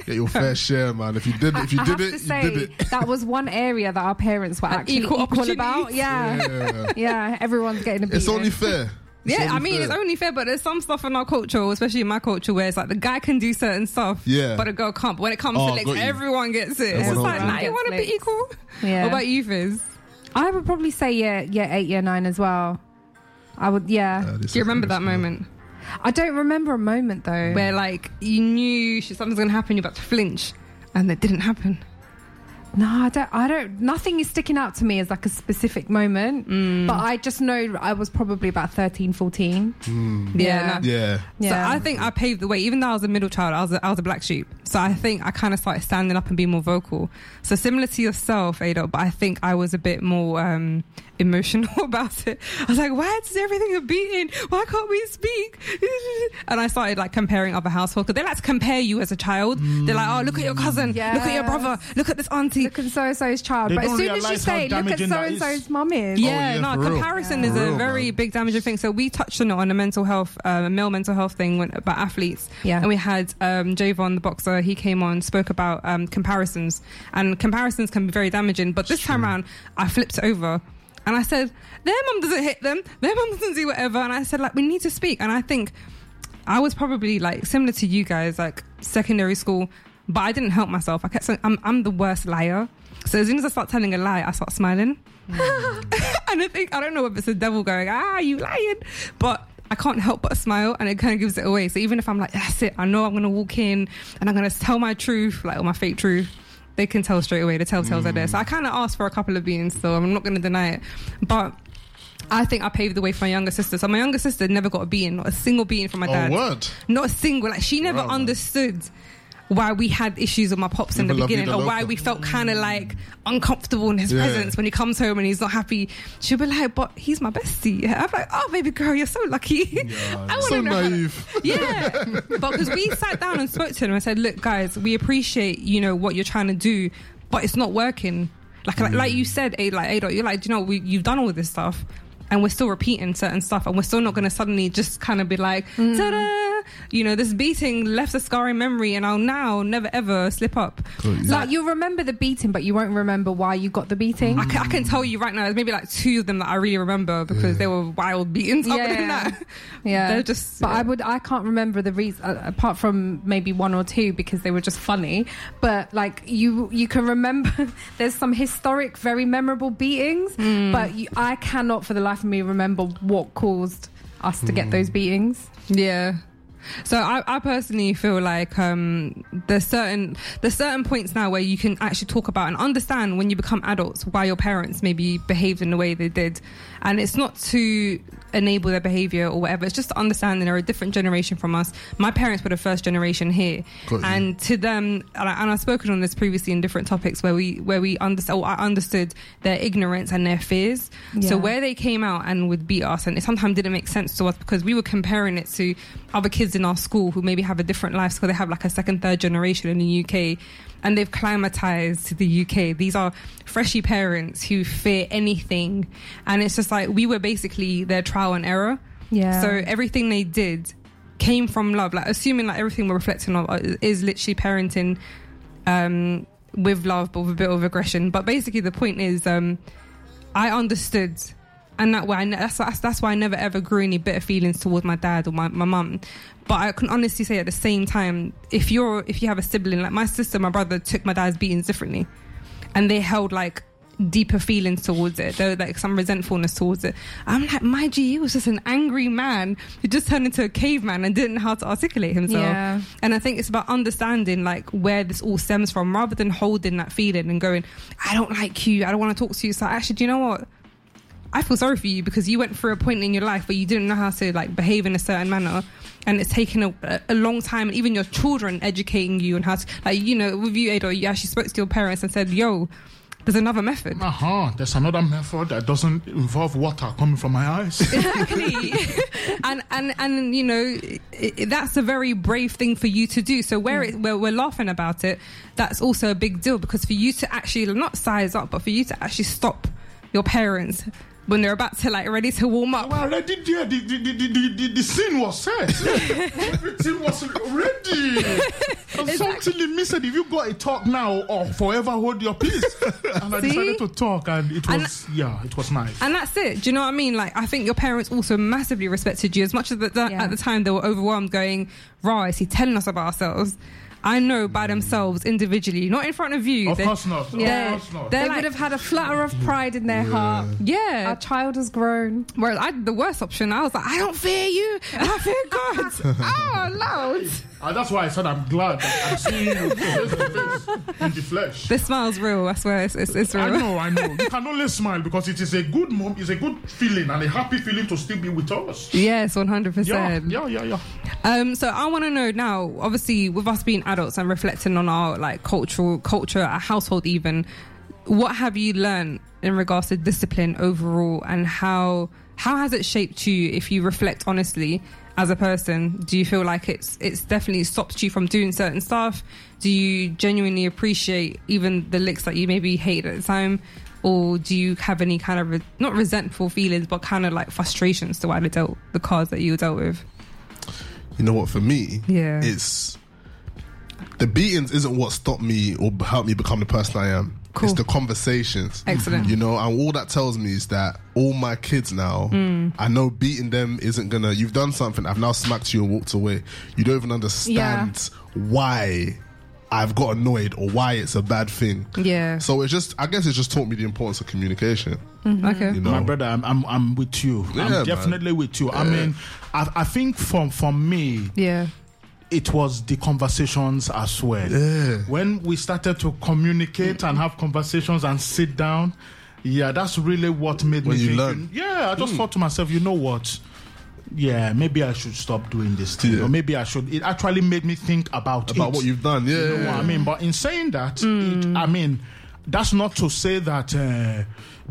Speaker 1: get your fair share, man. If you did, if you
Speaker 2: I
Speaker 1: did
Speaker 2: have to
Speaker 1: it, you
Speaker 2: say
Speaker 1: did it.
Speaker 2: that was one area that our parents were
Speaker 3: An
Speaker 2: actually
Speaker 3: equal
Speaker 2: equal, about.
Speaker 3: opportunities.
Speaker 2: Yeah. yeah,
Speaker 1: Yeah.
Speaker 2: Everyone's getting a beat.
Speaker 1: It's only fair. It's
Speaker 3: Yeah,
Speaker 1: only
Speaker 3: I mean
Speaker 1: fair.
Speaker 3: it's only fair, but there's some stuff in our culture, especially in my culture, where it's like the guy can do certain stuff,
Speaker 1: Yeah.
Speaker 3: but a girl can't. But when it comes
Speaker 1: Oh,
Speaker 3: to licks,
Speaker 1: got you.
Speaker 3: everyone gets it. It's
Speaker 1: Everyone
Speaker 3: just like,
Speaker 1: gets
Speaker 3: nah, you
Speaker 2: it.
Speaker 3: want to be equal.
Speaker 2: Yeah.
Speaker 3: What about you, Fizz?
Speaker 2: I would probably say yeah, yeah, eight, year nine as well. I would, yeah.
Speaker 4: Uh,
Speaker 1: Early
Speaker 3: Do you remember
Speaker 1: secondary school.
Speaker 3: that moment
Speaker 2: I don't remember a moment though.
Speaker 3: where like you knew sh- something's gonna happen, you're about to flinch, and it didn't happen?
Speaker 2: No, I don't. I don't. Nothing is sticking out to me as like a specific moment.
Speaker 3: Mm.
Speaker 2: But I just know I was probably about 13, 14. Yeah.
Speaker 3: nah.
Speaker 1: Yeah.
Speaker 2: Yeah.
Speaker 3: So I think I paved the way. Even though I was a middle child, I was a, I was a black sheep. So I think I kind of started standing up and being more vocal. So similar to yourself, Ada, but I think I was a bit more um, emotional about it. I was like, why is everything a beating? Why can't we speak? And I started like comparing other households because they like to compare you as a child. They're like, oh, look at your cousin, look at your
Speaker 2: Yes.
Speaker 3: brother, look at this auntie.
Speaker 2: look at so and so's child.
Speaker 4: They
Speaker 2: but as
Speaker 4: don't
Speaker 2: soon as you
Speaker 4: realise how
Speaker 2: say, look at
Speaker 4: damaging
Speaker 2: so
Speaker 4: that
Speaker 2: and
Speaker 4: is.
Speaker 2: so's mum is.
Speaker 3: Yeah,
Speaker 1: Oh, yeah, for
Speaker 3: no,
Speaker 1: real.
Speaker 3: comparison
Speaker 1: For
Speaker 3: is a
Speaker 1: real,
Speaker 3: very
Speaker 1: man.
Speaker 3: big damaging thing. So we touched on it on a mental health, um, a male mental health thing when, about athletes.
Speaker 2: Yeah.
Speaker 3: And we had um, Javon, the boxer, he came on, spoke about um, comparisons. And comparisons can be very damaging. But this time around, I flipped it over. And I said, their mum doesn't hit them, their mum doesn't do whatever. And I said, like, we need to speak. And I think I was probably like similar to you guys, like secondary school, but I didn't help myself. I kept saying, I'm, I'm the worst liar. So as soon as I start telling a lie, I start smiling. and I think, I don't know if it's the devil going, ah, you lying, but I can't help but smile and it kind of gives it away. So even if I'm like, that's it, I know I'm going to walk in and I'm going to tell my truth, like, or my fake truth. They can tell straight away. The telltales are there. So I kind of asked for a couple of beans, so I'm not going to deny it. But I think I paved the way for my younger sister. So my younger sister never got a beating, not a single beating from my
Speaker 1: Oh,
Speaker 3: dad.
Speaker 1: word.
Speaker 3: Not a single. Like she never
Speaker 1: Wow.
Speaker 3: understood why we had issues with my pops in
Speaker 1: People
Speaker 3: the
Speaker 1: love
Speaker 3: beginning,
Speaker 1: Vida
Speaker 3: or why
Speaker 1: Loca.
Speaker 3: we felt kind of like uncomfortable in his
Speaker 1: Yeah.
Speaker 3: presence when he comes home and he's not happy. She'll be like, "But he's my bestie." I'm like, "Oh, baby girl, you're so lucky." I wanna
Speaker 1: So
Speaker 3: know how to-
Speaker 1: naive.
Speaker 3: yeah, but because we sat down and spoke to them, I said, "Look, guys, we appreciate you know what you're trying to do, but it's not working. Like like, like you said, a like a dot, you're like, do you know, we you've done all this stuff, and we're still repeating certain stuff, and we're still not going to suddenly just kind of be like, ta-da, you know, this beating left a scarring memory, and I'll now never ever slip up.
Speaker 2: Like you'll remember the beating, but you won't remember why you got the beating.
Speaker 3: I can, I can tell you right now, there's maybe like two of them that I really remember because they were wild beatings. Other than that,
Speaker 2: Yeah.
Speaker 3: they're just.
Speaker 2: But I would. I can't remember the reason uh, apart from maybe one or two because they were just funny. But like you, you can remember. there's some historic, very memorable beatings.
Speaker 3: Hmm.
Speaker 2: But you, I cannot, for the life of me, remember what caused us to
Speaker 3: Hmm.
Speaker 2: get those beatings.
Speaker 3: Yeah. So I, I personally feel like um, there's certain there's certain points now where you can actually talk about and understand when you become adults why your parents maybe behaved in the way they did, and it's not to enable their behavior or whatever. It's just to understand that they're a different generation from us. My parents were the first generation here,
Speaker 1: Got you.
Speaker 3: and to them, and, I, and I've spoken on this previously in different topics where we where we understood I understood their ignorance and their fears.
Speaker 2: Yeah.
Speaker 3: So where where they came out and would beat us, and it sometimes didn't make sense to us because we were comparing it to other kids in our school who maybe have a different lifestyle. They have like a second, third generation in the UK, and they've climatized to the UK. These are freshie parents who fear anything, and it's just like we were basically their trial and error.
Speaker 2: Yeah.
Speaker 3: So everything they did uh, came from love. Like assuming like everything we're reflecting on is literally parenting um with love, but with a bit of aggression. But basically, the point is, um, I understood, and that way, I, ne- that's, that's that's why I never ever grew any bitter feelings towards my dad or my my mum. But I can honestly say, at the same time, if you're if you have a sibling like my sister, my brother took my dad's beatings differently, and they held like deeper feelings towards it. There was like some resentfulness towards it. I'm like, my G was just an angry man who just turned into a caveman and didn't know how to articulate himself.
Speaker 2: Yeah.
Speaker 3: And I think it's about understanding like where this all stems from rather than holding that feeling and going, I don't like you, I don't want to talk to you. So actually, do you know what? I feel sorry for you because you went through a point in your life where you didn't know how to like behave in a certain manner, and it's taken a, a long time. And even your children educating you on how to, like, you know, with you, Ado, you actually spoke to your parents and said, "Yo, there's another method."
Speaker 4: Uh huh. There's another method that doesn't involve water coming from my eyes.
Speaker 3: exactly and and and you know i i that's a very brave thing for you to do so where it where we're laughing about it that's also a big deal because for you to actually not size up but for you to actually stop your parents when they're about to like ready to warm up
Speaker 4: Well, already there, the, the, the, the, the, the, the scene was set. Everything was ready. And Something you missed. If you got a talk now or forever hold your peace. And I
Speaker 3: See?
Speaker 4: decided to talk, and it
Speaker 3: And-
Speaker 4: was, yeah, it was nice.
Speaker 3: and that's it. Do you know what I mean? Like, I think your parents also massively respected you as much as the, the-
Speaker 2: Yeah.
Speaker 3: at the time they were overwhelmed, going, "Right, is he telling us about ourselves?" I know by themselves individually, not in front of you.
Speaker 4: Of
Speaker 3: They're-
Speaker 4: course not.
Speaker 3: Yeah.
Speaker 4: Of course not.
Speaker 3: They're
Speaker 2: They
Speaker 3: like-
Speaker 2: would have had a flutter of pride in their heart.
Speaker 3: yeah,
Speaker 2: Our child has grown.
Speaker 3: Whereas I did the worst option. I was like, I don't fear you. I fear God. oh, Lord.
Speaker 4: And that's why I said I'm glad that I'm seeing you face to face in the flesh.
Speaker 3: The smile's real. I swear, it's, it's, it's
Speaker 4: I
Speaker 3: real.
Speaker 4: know, I know. You can only smile because it is a good mom, it's a good feeling and a happy feeling to still be with us.
Speaker 3: Yes, 100%.
Speaker 4: Yeah, yeah, yeah, yeah.
Speaker 3: Um, so I want to know now, obviously, with us being adults and reflecting on our like cultural culture, our household, even, what have you learned in regards to discipline overall, and how how has it shaped you? If you reflect honestly as a person, do you feel like it's it's definitely stopped you from doing certain stuff? Do you genuinely appreciate even the licks that you maybe hate at the time? Or do you have any kind of re- not resentful feelings, but kind of like frustrations to why they dealt the cards that you were dealt with?
Speaker 1: You know what? For me,
Speaker 3: Yeah.
Speaker 1: it's the beatings isn't what stopped me or b- helped me become the person I am.
Speaker 3: Cool.
Speaker 1: It's the conversations.
Speaker 3: Excellent.
Speaker 1: You know, and all that tells me is that all my kids now,
Speaker 3: Mm.
Speaker 1: I know beating them isn't gonna. You've done something. I've now smacked you and walked away. You don't even understand why. I've got annoyed, or why it's a bad thing.
Speaker 3: Yeah.
Speaker 1: So it's just, I guess, it's just taught me the importance of communication.
Speaker 3: Mm. Okay.
Speaker 1: You know,
Speaker 4: My brother, I'm, I'm, I'm with you.
Speaker 1: Yeah,
Speaker 4: I'm definitely with you. I mean, I, I think from, from me,
Speaker 3: Yeah.
Speaker 4: it was the conversations as well. When we started to communicate and have conversations and sit down, yeah, that's really what made
Speaker 1: When
Speaker 4: me
Speaker 1: you
Speaker 4: think,
Speaker 1: learn. Hmm.
Speaker 4: Yeah, I just thought to myself, you know what? Yeah, maybe I should stop doing this thing,
Speaker 1: Yeah.
Speaker 4: or maybe I should. It actually made me think about
Speaker 1: about
Speaker 4: it.
Speaker 1: what you've done. Yeah,
Speaker 4: You
Speaker 3: Mm.
Speaker 4: know what I mean? But in saying that, it, I mean, that's not to say that uh,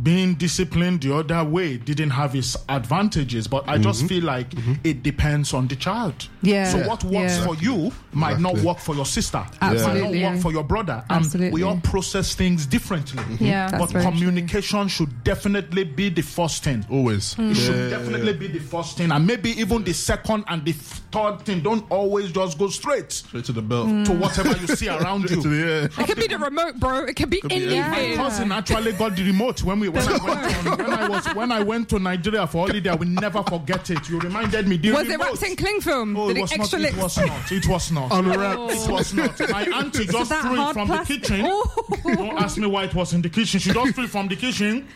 Speaker 4: being disciplined the other way didn't have its advantages, but I just feel like it depends on the child.
Speaker 3: Yeah.
Speaker 4: So what works
Speaker 3: Yeah.
Speaker 4: for you might
Speaker 1: Exactly.
Speaker 4: not work for your sister.
Speaker 3: Absolutely.
Speaker 4: Might not work for your brother. And
Speaker 3: Absolutely.
Speaker 4: we all process things differently. Mm-hmm.
Speaker 2: Yeah.
Speaker 3: That's
Speaker 4: But
Speaker 3: very true.
Speaker 4: communication should definitely be the first thing.
Speaker 1: always.
Speaker 4: It should definitely be the first thing, and maybe even the second and the third thing. Don't always just go straight
Speaker 1: Straight to the belt.
Speaker 4: to whatever you see around
Speaker 1: Straight to
Speaker 4: you.
Speaker 1: the- yeah.
Speaker 3: It could be the remote, bro. It could be
Speaker 4: My
Speaker 3: anything.
Speaker 4: cousin actually got the remote when we when I, went on, when I was when I went to Nigeria for holiday. I will never forget it. You reminded me. The
Speaker 3: Was it
Speaker 4: remote.
Speaker 3: wrapped in cling film?
Speaker 4: No,
Speaker 3: Did
Speaker 4: Oh, it
Speaker 3: it,
Speaker 4: was
Speaker 3: extra
Speaker 4: not. It
Speaker 3: licks?
Speaker 4: was not. It was not.
Speaker 1: Unwrapped.
Speaker 4: It was not. My auntie just
Speaker 3: that
Speaker 4: threw it
Speaker 3: hard
Speaker 4: from
Speaker 3: plastic?
Speaker 4: the kitchen. Don't ask me why it was in the kitchen. She just threw it from the kitchen.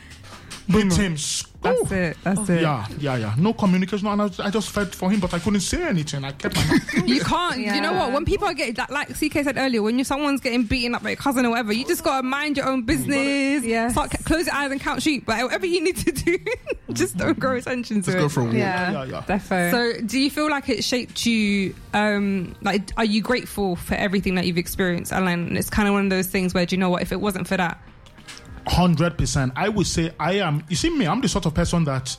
Speaker 4: With him.
Speaker 3: That's it. That's it.
Speaker 4: Yeah, yeah, yeah. No communication. And I, I just felt for him, but I couldn't say anything. I kept my mouth.
Speaker 3: You can't. You know what?
Speaker 2: Yeah.
Speaker 3: When people are getting like, like CK said earlier, when you someone's getting beaten up by your cousin or whatever, you just gotta mind your own business.
Speaker 2: Yes.
Speaker 3: Start, close your eyes and count sheep. But whatever you need to do, just don't grow attention to
Speaker 1: Let's
Speaker 3: it.
Speaker 1: go for a walk.
Speaker 4: Yeah, yeah.
Speaker 2: Defo.
Speaker 3: So, do you feel like it shaped you? Um, like, are you grateful for everything that you've experienced, Alan? It's kind of one of those things where, do you know what? If it wasn't for that,
Speaker 4: hundred percent. I would say I am. You see me. I'm the sort of person that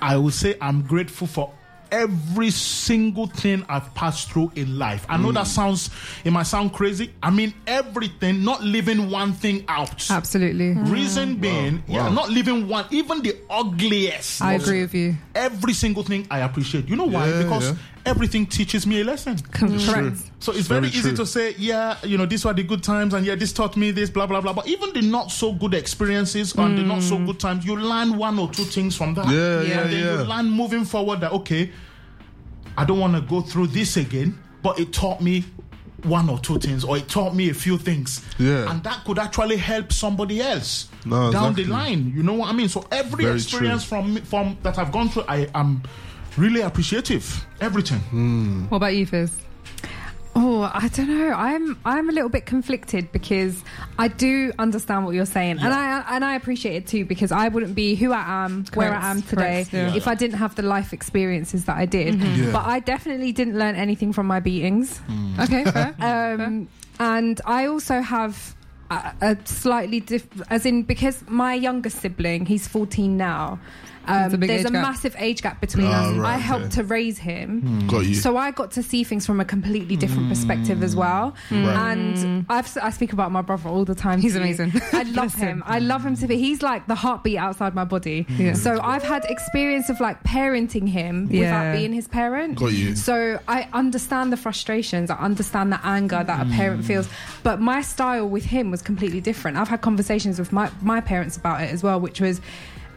Speaker 4: I would say I'm grateful for every single thing I've passed through in life. I know
Speaker 3: Mm.
Speaker 4: that sounds it might sound crazy. I mean everything, not leaving one thing out.
Speaker 3: absolutely,
Speaker 4: Reason being, yeah, not leaving one, even the ugliest.
Speaker 3: I
Speaker 4: most-
Speaker 3: agree with you.
Speaker 4: Every single thing I appreciate. You know why?
Speaker 1: Yeah,
Speaker 4: because
Speaker 1: yeah.
Speaker 4: everything teaches me a lesson.
Speaker 3: Correct.
Speaker 4: So it's very,
Speaker 1: Very
Speaker 4: easy
Speaker 1: true.
Speaker 4: to say, yeah, you know, these were the good times, and yeah, this taught me this, blah blah blah. But even the not so good experiences and the not so good times, you learn one or two things from that.
Speaker 1: Hmm. Yeah,
Speaker 4: and
Speaker 1: yeah,
Speaker 4: then
Speaker 1: yeah.
Speaker 4: you learn moving forward that okay, I don't want to go through this again, but it taught me one or two things, or it taught me a few things.
Speaker 1: Yeah.
Speaker 4: and that could actually help somebody else
Speaker 1: No,
Speaker 4: down
Speaker 1: exactly.
Speaker 4: the line. You know what I mean? So every
Speaker 1: Very
Speaker 4: experience from from that I've gone through, I am really appreciative. Everything.
Speaker 3: What about you, Fizz?
Speaker 2: Oh, I don't know. I'm I'm a little bit conflicted because I do understand what you're saying, and I and I appreciate it too because I wouldn't be who I am, where
Speaker 3: Correct,
Speaker 2: I am today,
Speaker 3: correct, Mm-hmm. yeah.
Speaker 2: if I didn't have the life experiences that I did.
Speaker 1: Yeah. Mm-hmm.
Speaker 2: But I definitely didn't learn anything from my beatings,
Speaker 3: Mm. Okay, fair.
Speaker 2: um, and I also have. A a slightly diff- as in because my younger sibling he's 14 now um,
Speaker 3: a big
Speaker 2: there's
Speaker 3: age
Speaker 2: a
Speaker 3: gap.
Speaker 2: massive age gap between
Speaker 1: Ah,
Speaker 2: us
Speaker 1: right,
Speaker 2: I helped
Speaker 1: okay. Hmm.
Speaker 2: to raise him
Speaker 1: Got you.
Speaker 2: so I got to see things from a completely different perspective as well.
Speaker 1: Mm. Right.
Speaker 2: And I've, s- I speak about my brother all the time.
Speaker 3: Mm. He's
Speaker 2: to you.
Speaker 3: amazing.
Speaker 2: I love him. I love him to be. He's like the heartbeat outside my body.
Speaker 3: Yeah.
Speaker 2: So I've had experience of like parenting him
Speaker 3: Yeah.
Speaker 2: without being his parent.
Speaker 1: Got you.
Speaker 2: So I understand the frustrations. I understand the anger that a
Speaker 1: Mm.
Speaker 2: parent feels. But my style with him was completely different. I've had conversations with my, my parents about it as well, which was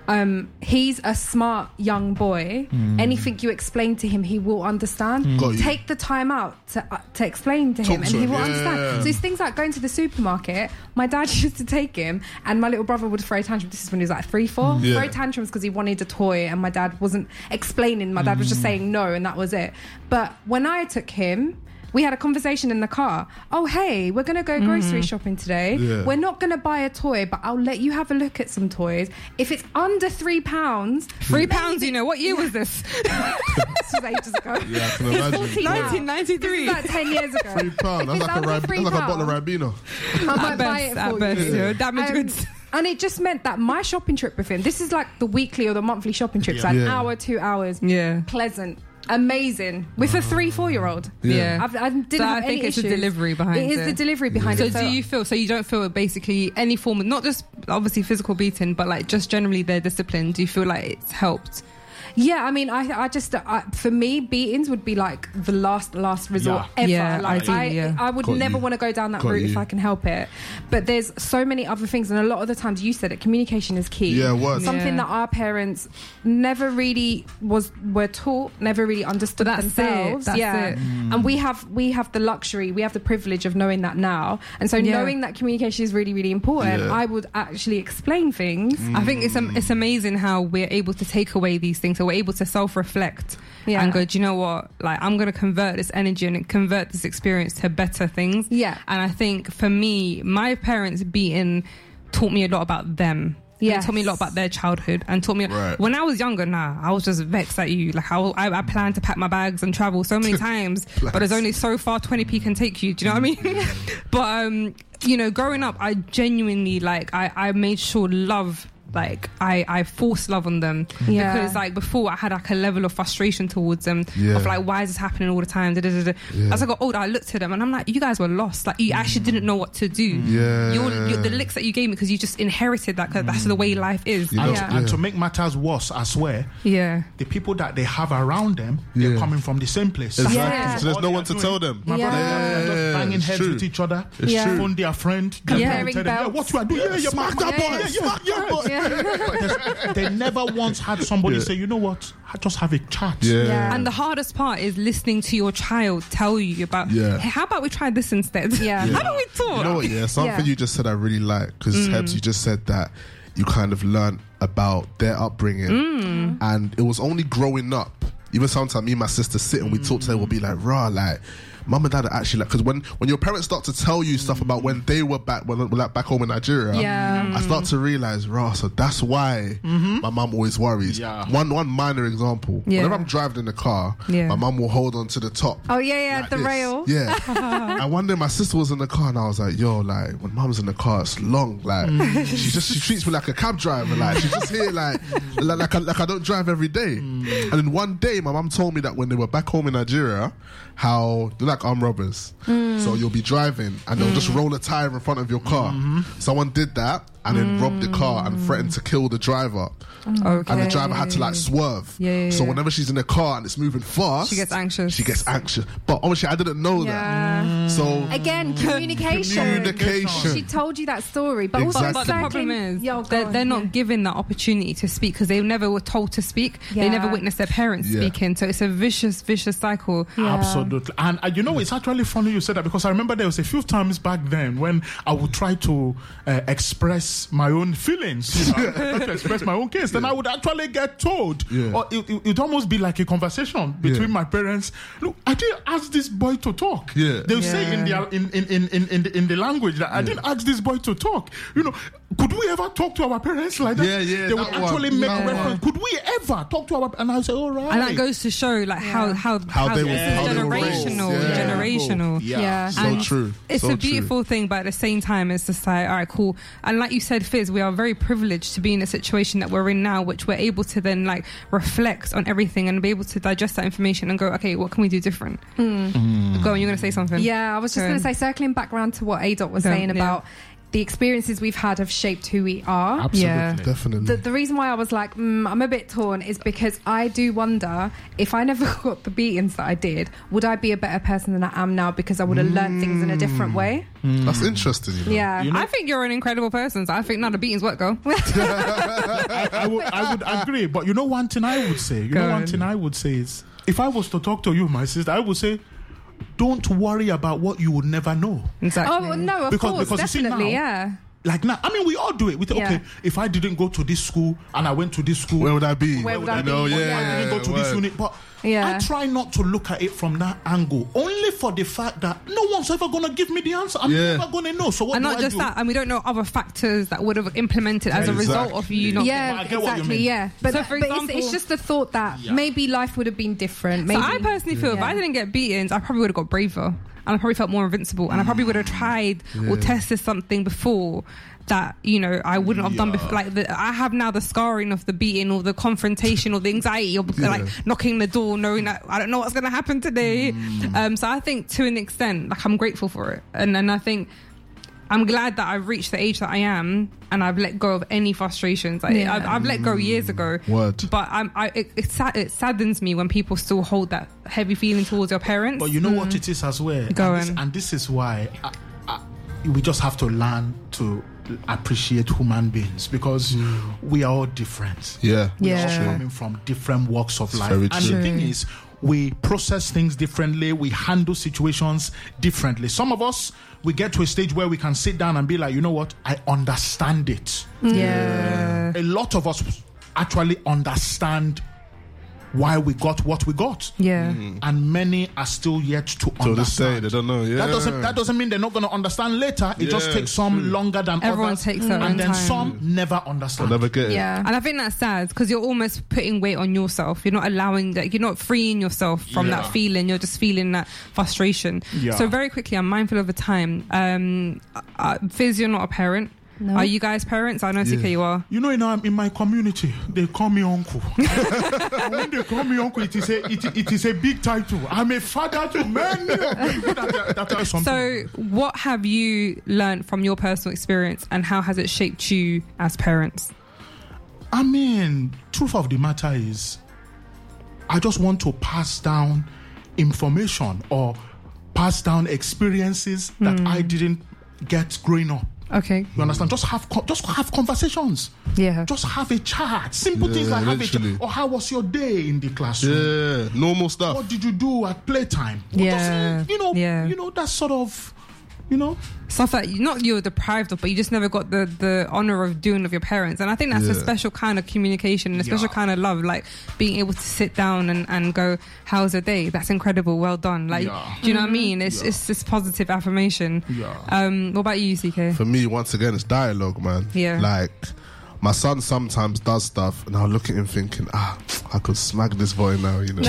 Speaker 2: um, he's a smart young boy. Anything you explain to him, he will understand.
Speaker 1: Mm. Got you.
Speaker 2: Take the time out to, uh, to explain to him,
Speaker 1: Talk
Speaker 2: and
Speaker 1: to
Speaker 2: he
Speaker 1: him,
Speaker 2: will
Speaker 1: yeah.
Speaker 2: understand. So it's things like going to the supermarket. My dad used to take him, and my little brother would throw tantrums. This is when he was like three, four.
Speaker 1: Mm. Yeah.
Speaker 2: Throw tantrums because he wanted a toy, and my dad wasn't explaining. My dad was just saying no, and that was it. But when I took him. We had a conversation in the car. Oh, hey, we're going to go grocery shopping today.
Speaker 1: Yeah.
Speaker 2: We're not going to buy a toy, but I'll let you have a look at some toys. If it's under three pounds,
Speaker 3: Three pounds, you know. What year was this?
Speaker 2: this was ages ago.
Speaker 1: Yeah, I can imagine.
Speaker 2: He's 14 now.
Speaker 3: 1993.
Speaker 2: About 10 years ago.
Speaker 1: Three pound. That's like a
Speaker 2: If it's
Speaker 1: rib-
Speaker 2: under
Speaker 1: that's
Speaker 2: three
Speaker 1: like a bottle of
Speaker 2: pounds,
Speaker 1: Ribena.
Speaker 2: I
Speaker 3: At
Speaker 2: might buy it
Speaker 3: best, at
Speaker 2: for
Speaker 3: best,
Speaker 2: you.
Speaker 3: yeah. Damaged
Speaker 2: Um,
Speaker 3: goods.
Speaker 2: And it just meant that my shopping trip with him, this is like the weekly or the monthly shopping trips, like an
Speaker 1: Yeah.
Speaker 2: hour, two hours.
Speaker 3: Yeah.
Speaker 2: Pleasant, amazing, with a three, four year old.
Speaker 3: Yeah.
Speaker 2: I've, I didn't
Speaker 3: So
Speaker 2: have
Speaker 3: I think
Speaker 2: any
Speaker 3: it's the
Speaker 2: issues.
Speaker 3: delivery behind
Speaker 2: It is
Speaker 3: it.
Speaker 2: the delivery behind
Speaker 3: So
Speaker 2: it.
Speaker 3: do you feel so you don't feel basically any form of not just obviously physical beating, but like just generally their discipline? Do you feel like it's helped?
Speaker 2: Yeah, I mean, I, I just, I, for me, beatings would be like the last, last resort
Speaker 4: Yeah.
Speaker 2: ever.
Speaker 3: Yeah,
Speaker 2: like, I,
Speaker 3: ideally, yeah.
Speaker 2: I would
Speaker 1: Got
Speaker 2: never
Speaker 1: you.
Speaker 2: want to go down that
Speaker 1: Got
Speaker 2: route if
Speaker 1: you.
Speaker 2: I can help it. But there's so many other things, and a lot of the times you said it, communication is key.
Speaker 1: Yeah, it was.
Speaker 2: something
Speaker 3: Yeah.
Speaker 2: that our parents never really was were taught, never really understood
Speaker 3: But that's it,
Speaker 2: themselves.
Speaker 3: that's
Speaker 2: yeah,
Speaker 3: it.
Speaker 2: and we have we have the luxury, we have the privilege of knowing that now, and so
Speaker 3: Yeah.
Speaker 2: knowing that communication is really, really important.
Speaker 1: Yeah.
Speaker 2: I would actually explain things.
Speaker 3: I think it's
Speaker 2: Mm.
Speaker 3: um, it's amazing how we're able to take away these things. So we're able to self reflect
Speaker 2: Yeah.
Speaker 3: and go, do you know what? Like I'm going to convert this energy and convert this experience to better things.
Speaker 2: Yeah.
Speaker 3: And I think for me, my parents beating taught me a lot about them. Yeah,
Speaker 2: Yes.
Speaker 3: taught me a lot about their childhood and taught me
Speaker 1: Right.
Speaker 3: when I was younger. Nah, I was just vexed at you. Like I, I, I planned to pack my bags and travel so many times, but there's only so far 20p can take you. Do you know what I mean? but um, you know, growing up, I genuinely like I, I made sure love. Like I, I forced love on them
Speaker 1: Mm-hmm.
Speaker 2: Yeah.
Speaker 3: because like before I had like a level of frustration towards them
Speaker 1: Yeah.
Speaker 3: of like why is this happening all the time? Da, da, da, da.
Speaker 1: Yeah.
Speaker 3: As I got older, I looked at them and I'm like, you guys were lost. Like you actually didn't know what to do.
Speaker 1: Mm. Yeah.
Speaker 3: Your, your, the licks that you gave me because you just inherited that. 'cause that's the way life is.
Speaker 1: You know,
Speaker 4: And,
Speaker 1: Mm. Yeah.
Speaker 4: and to make matters worse, I swear,
Speaker 3: Yeah.
Speaker 4: the people that they have around them,
Speaker 1: Yeah.
Speaker 4: they're coming from the same place.
Speaker 1: Exactly.
Speaker 2: Yeah.
Speaker 1: So there's
Speaker 4: All
Speaker 1: no
Speaker 4: they
Speaker 1: one
Speaker 4: are
Speaker 1: to
Speaker 4: doing-
Speaker 1: tell them.
Speaker 4: My brother and
Speaker 1: Yeah,
Speaker 4: brother are just banging
Speaker 1: it's
Speaker 4: heads
Speaker 1: true.
Speaker 4: with each other.
Speaker 1: It's
Speaker 2: Yeah.
Speaker 1: true.
Speaker 4: Phone their friend.
Speaker 2: Comparing
Speaker 4: they tell them, yeah, what
Speaker 2: belts.
Speaker 4: you are doing? Yeah, you marked that boy. Yeah, you marked that boy. But there's- they never once had somebody
Speaker 1: Yeah.
Speaker 4: say, you know what? I just have a chat.
Speaker 1: Yeah.
Speaker 2: Yeah.
Speaker 3: And the hardest part is listening to your child tell you about,
Speaker 1: Yeah.
Speaker 3: hey, how about we try this instead?
Speaker 2: Yeah. Yeah.
Speaker 3: how do we talk?
Speaker 1: You know what? Yeah, something
Speaker 2: Yeah.
Speaker 1: you just said I really like because Hebs, you just said that you kind of learned about their upbringing, and it was only growing up. Even sometimes me and my sister sit and we talk to them. We'll be like, "Rah, like." Mum and dad are actually like because when when your parents start to tell you stuff about when they were back when like back home in Nigeria,
Speaker 2: Yeah.
Speaker 1: I start to realize, rah, so that's why my mum always worries.
Speaker 4: Yeah.
Speaker 1: One one minor example,
Speaker 3: Yeah.
Speaker 1: whenever I'm driving in the car,
Speaker 3: Yeah.
Speaker 1: my mum will hold on to the top
Speaker 2: Oh yeah, yeah,
Speaker 1: like
Speaker 2: the
Speaker 1: this.
Speaker 2: rail.
Speaker 1: Yeah. and one day my sister was in the car and I was like, yo, like when mum's in the car, it's long. Like
Speaker 2: Mm.
Speaker 1: she just she treats me like a cab driver. Like she's just here like like like I, like I don't drive every day.
Speaker 2: Mm.
Speaker 1: And then one day my mum told me that when they were back home in Nigeria, how they're like armed
Speaker 2: Mm. Mm-hmm.
Speaker 1: robbers. So you'll be driving and they'll just roll a tire in front of your car. Someone did that and then robbed the car and
Speaker 2: Mm.
Speaker 1: threatened to kill the driver.
Speaker 3: Okay.
Speaker 1: And the driver had to like swerve.
Speaker 3: Yeah, yeah,
Speaker 1: so
Speaker 3: yeah.
Speaker 1: whenever she's in the car and it's moving fast,
Speaker 3: She gets anxious.
Speaker 1: She gets anxious. But obviously, I didn't know
Speaker 2: Yeah.
Speaker 1: that. So
Speaker 2: Again,
Speaker 3: Mm.
Speaker 2: communication.
Speaker 1: communication.
Speaker 2: She told you that story, but
Speaker 1: Exactly.
Speaker 2: also
Speaker 3: But the
Speaker 2: circling-
Speaker 3: problem is
Speaker 2: Yo, go
Speaker 3: they're,
Speaker 2: on,
Speaker 3: they're not
Speaker 2: yeah.
Speaker 3: given that opportunity to speak because they never were told to speak. They
Speaker 2: Yeah.
Speaker 3: never witnessed their parents
Speaker 1: Yeah.
Speaker 3: speaking. So it's a vicious, vicious cycle.
Speaker 4: Absolutely. And uh, you know, it's actually funny you said that because I remember there was a few times back then when I would try to uh, express my own feelings, you know, try to express my own case. Then I would actually get told,
Speaker 1: Yeah.
Speaker 4: or it, it, would almost be like a conversation between
Speaker 1: Yeah.
Speaker 4: my parents. Look, I didn't ask this boy to talk.
Speaker 1: Yeah.
Speaker 4: They'll say in the, in, in, in, in, in, the, in the language that I didn't ask this boy to talk. You know, could we ever talk to our parents like that?
Speaker 1: Yeah, yeah,
Speaker 4: They would
Speaker 1: that one,
Speaker 4: actually make
Speaker 1: that
Speaker 4: reference. Could we ever talk to our? And I say, all right.
Speaker 3: And that goes to show like how how
Speaker 1: How they were-
Speaker 3: this is
Speaker 1: how they were raised.
Speaker 3: generational,
Speaker 1: Yeah.
Speaker 3: generational.
Speaker 4: Yeah.
Speaker 2: Yeah.
Speaker 1: so
Speaker 3: And
Speaker 1: true.
Speaker 3: It's
Speaker 1: So
Speaker 3: a beautiful thing, but at the same time, it's just like, all right, cool. And like you said, Fizz, we are very privileged to be in a situation that we're in now, which we're able to then like reflect on everything and be able to digest that information and go, okay, what can we do different? Go on, you're going to say something.
Speaker 2: Mm. Yeah, I was just
Speaker 3: Go
Speaker 2: going to
Speaker 3: on.
Speaker 2: say, circling back around to what Adot was
Speaker 3: Go on,
Speaker 2: saying
Speaker 3: yeah.
Speaker 2: about the experiences we've had have shaped who we are.
Speaker 4: Absolutely.
Speaker 3: Yeah.
Speaker 1: true. Definitely.
Speaker 2: The, the reason why I was like, mm, I'm a bit torn is because I do wonder if I never got the beatings that I did, would I be a better person than I am now because I would have learned things in a different way?
Speaker 1: That's interesting. You know?
Speaker 2: Yeah.
Speaker 4: Mm. You know-
Speaker 3: I think you're an incredible person. So I think not a beatings work, girl.
Speaker 4: I, I, would, I would agree, but you know one thing I would say. You
Speaker 3: Go
Speaker 4: know one
Speaker 3: on.
Speaker 4: thing I would say is if I was to talk to you, my sister, I would say, don't worry about what you would never know.
Speaker 3: Exactly.
Speaker 2: Oh, well, no, of
Speaker 4: Because-
Speaker 2: course,
Speaker 4: because you see
Speaker 2: definitely,
Speaker 4: now-
Speaker 2: yeah.
Speaker 4: Like now, I mean, we all do it. We say,
Speaker 2: Yeah.
Speaker 4: okay, if I didn't go to this school and I went to this school,
Speaker 1: Where would I be?
Speaker 2: Where would I
Speaker 1: you
Speaker 2: be?
Speaker 1: know,
Speaker 2: Where
Speaker 1: Yeah,
Speaker 2: would
Speaker 4: I
Speaker 2: I
Speaker 4: didn't go to this
Speaker 1: word.
Speaker 4: unit, but
Speaker 2: Yeah.
Speaker 4: I try not to look at it from that angle, only for the fact that no one's ever gonna give me the answer. I'm
Speaker 1: Yeah.
Speaker 4: never gonna know. So what
Speaker 3: and
Speaker 4: do
Speaker 3: not
Speaker 4: I
Speaker 3: just
Speaker 4: do?
Speaker 3: that, and we don't know other factors that would have implemented as
Speaker 1: Exactly.
Speaker 3: a result of you not.
Speaker 2: yeah,
Speaker 4: I get
Speaker 2: exactly.
Speaker 4: what you mean.
Speaker 2: Yeah, but,
Speaker 3: So, for
Speaker 2: but it's- it's,
Speaker 3: example-
Speaker 2: just the thought that
Speaker 4: Yeah.
Speaker 2: maybe life would have been different. Maybe.
Speaker 3: So I personally feel if
Speaker 2: Yeah.
Speaker 3: I didn't get beatings, I probably would have got braver, and I probably felt more invincible, and I probably would have tried or tested something before that you know I wouldn't have done. Before. Like the, I have now the scarring of the beating or the confrontation or the anxiety or like knocking the door, knowing that I don't know what's going to happen today. Um, so I think to an extent, like I'm grateful for it, and and I think. I'm glad that I've reached the age that I am, and I've let go of any frustrations. Like,
Speaker 2: Yeah.
Speaker 3: I've, I've let go years ago.
Speaker 1: Word.
Speaker 3: But I'm, I, it, it, sad, it saddens me when people still hold that heavy feeling towards your parents.
Speaker 4: But you know what it is as well.
Speaker 3: Mm. Go
Speaker 4: and, this,
Speaker 3: on.
Speaker 4: and this is why I, I, we just have to learn to appreciate human beings because we are all different.
Speaker 1: Mm. Yeah.
Speaker 4: We are all
Speaker 2: Yeah.
Speaker 4: coming from different walks of life.
Speaker 1: very
Speaker 4: And
Speaker 1: true.
Speaker 4: the thing is, we process things differently, we handle situations differently. Some of us, we get to a stage where we can sit down and be like, you know what, I understand it.
Speaker 3: yeah.
Speaker 4: A lot of us actually understand why we got what we got
Speaker 3: Yeah.
Speaker 4: and many are still yet to
Speaker 1: Hmm. So they say
Speaker 4: understand.
Speaker 1: they don't know. Yeah. Hmm.
Speaker 4: That doesn't that doesn't mean they're not going to understand later. It just
Speaker 1: Yeah,
Speaker 4: takes some longer than
Speaker 3: Everyone
Speaker 4: others,
Speaker 3: takes their
Speaker 4: and
Speaker 3: own
Speaker 4: then
Speaker 3: time.
Speaker 4: some never understand.
Speaker 1: They'll never get it.
Speaker 2: Yeah.
Speaker 3: And I think that's sad because you're almost putting weight on yourself. You're not allowing, like, you're not freeing yourself from
Speaker 4: Yeah.
Speaker 3: that feeling. You're just feeling that frustration.
Speaker 4: Yeah.
Speaker 3: So, very quickly, I'm mindful of the time. Um, uh, Fizz, you're not a parent.
Speaker 2: No.
Speaker 3: Are you guys parents? I know CK you are.
Speaker 4: You know, in, um, in my community, they call me uncle. when they call me uncle, it is a it, it is a big title. I'm a father to many. of people that, are- that are something.
Speaker 3: So, what have you learned from your personal experience and how has it shaped you as parents?
Speaker 4: I mean, truth of the matter is, I just want to pass down information or pass down experiences that
Speaker 3: Hmm.
Speaker 4: I didn't get growing up.
Speaker 3: Okay.
Speaker 4: You understand? Just have co- just have conversations.
Speaker 3: Yeah.
Speaker 4: Just have a chat. Simple things
Speaker 1: Yeah,
Speaker 4: like have a
Speaker 1: literally.
Speaker 4: chat. Or how was your day in the classroom?
Speaker 1: Yeah. Normal stuff.
Speaker 4: What did you do at playtime? Or
Speaker 3: Yeah,
Speaker 4: Just, you know,
Speaker 3: yeah.
Speaker 4: you know that sort of, you know.
Speaker 3: stuff that you, not you were deprived of, but you just never got the the honor of doing of your parents. And I think that's a
Speaker 1: Yeah.
Speaker 3: special kind of communication and a special
Speaker 4: Yeah.
Speaker 3: kind of love, like being able to sit down and, and go, "How's your day? That's incredible. Well done." Like,
Speaker 4: Yeah.
Speaker 3: do you know what I mean? It's it's this positive affirmation.
Speaker 4: Yeah.
Speaker 3: Um, what about you, CK?
Speaker 1: for me, once again, it's dialogue, man.
Speaker 3: Yeah.
Speaker 1: Like, my son sometimes does stuff, and I'll look at him thinking, ah, I could smack this boy now, you know.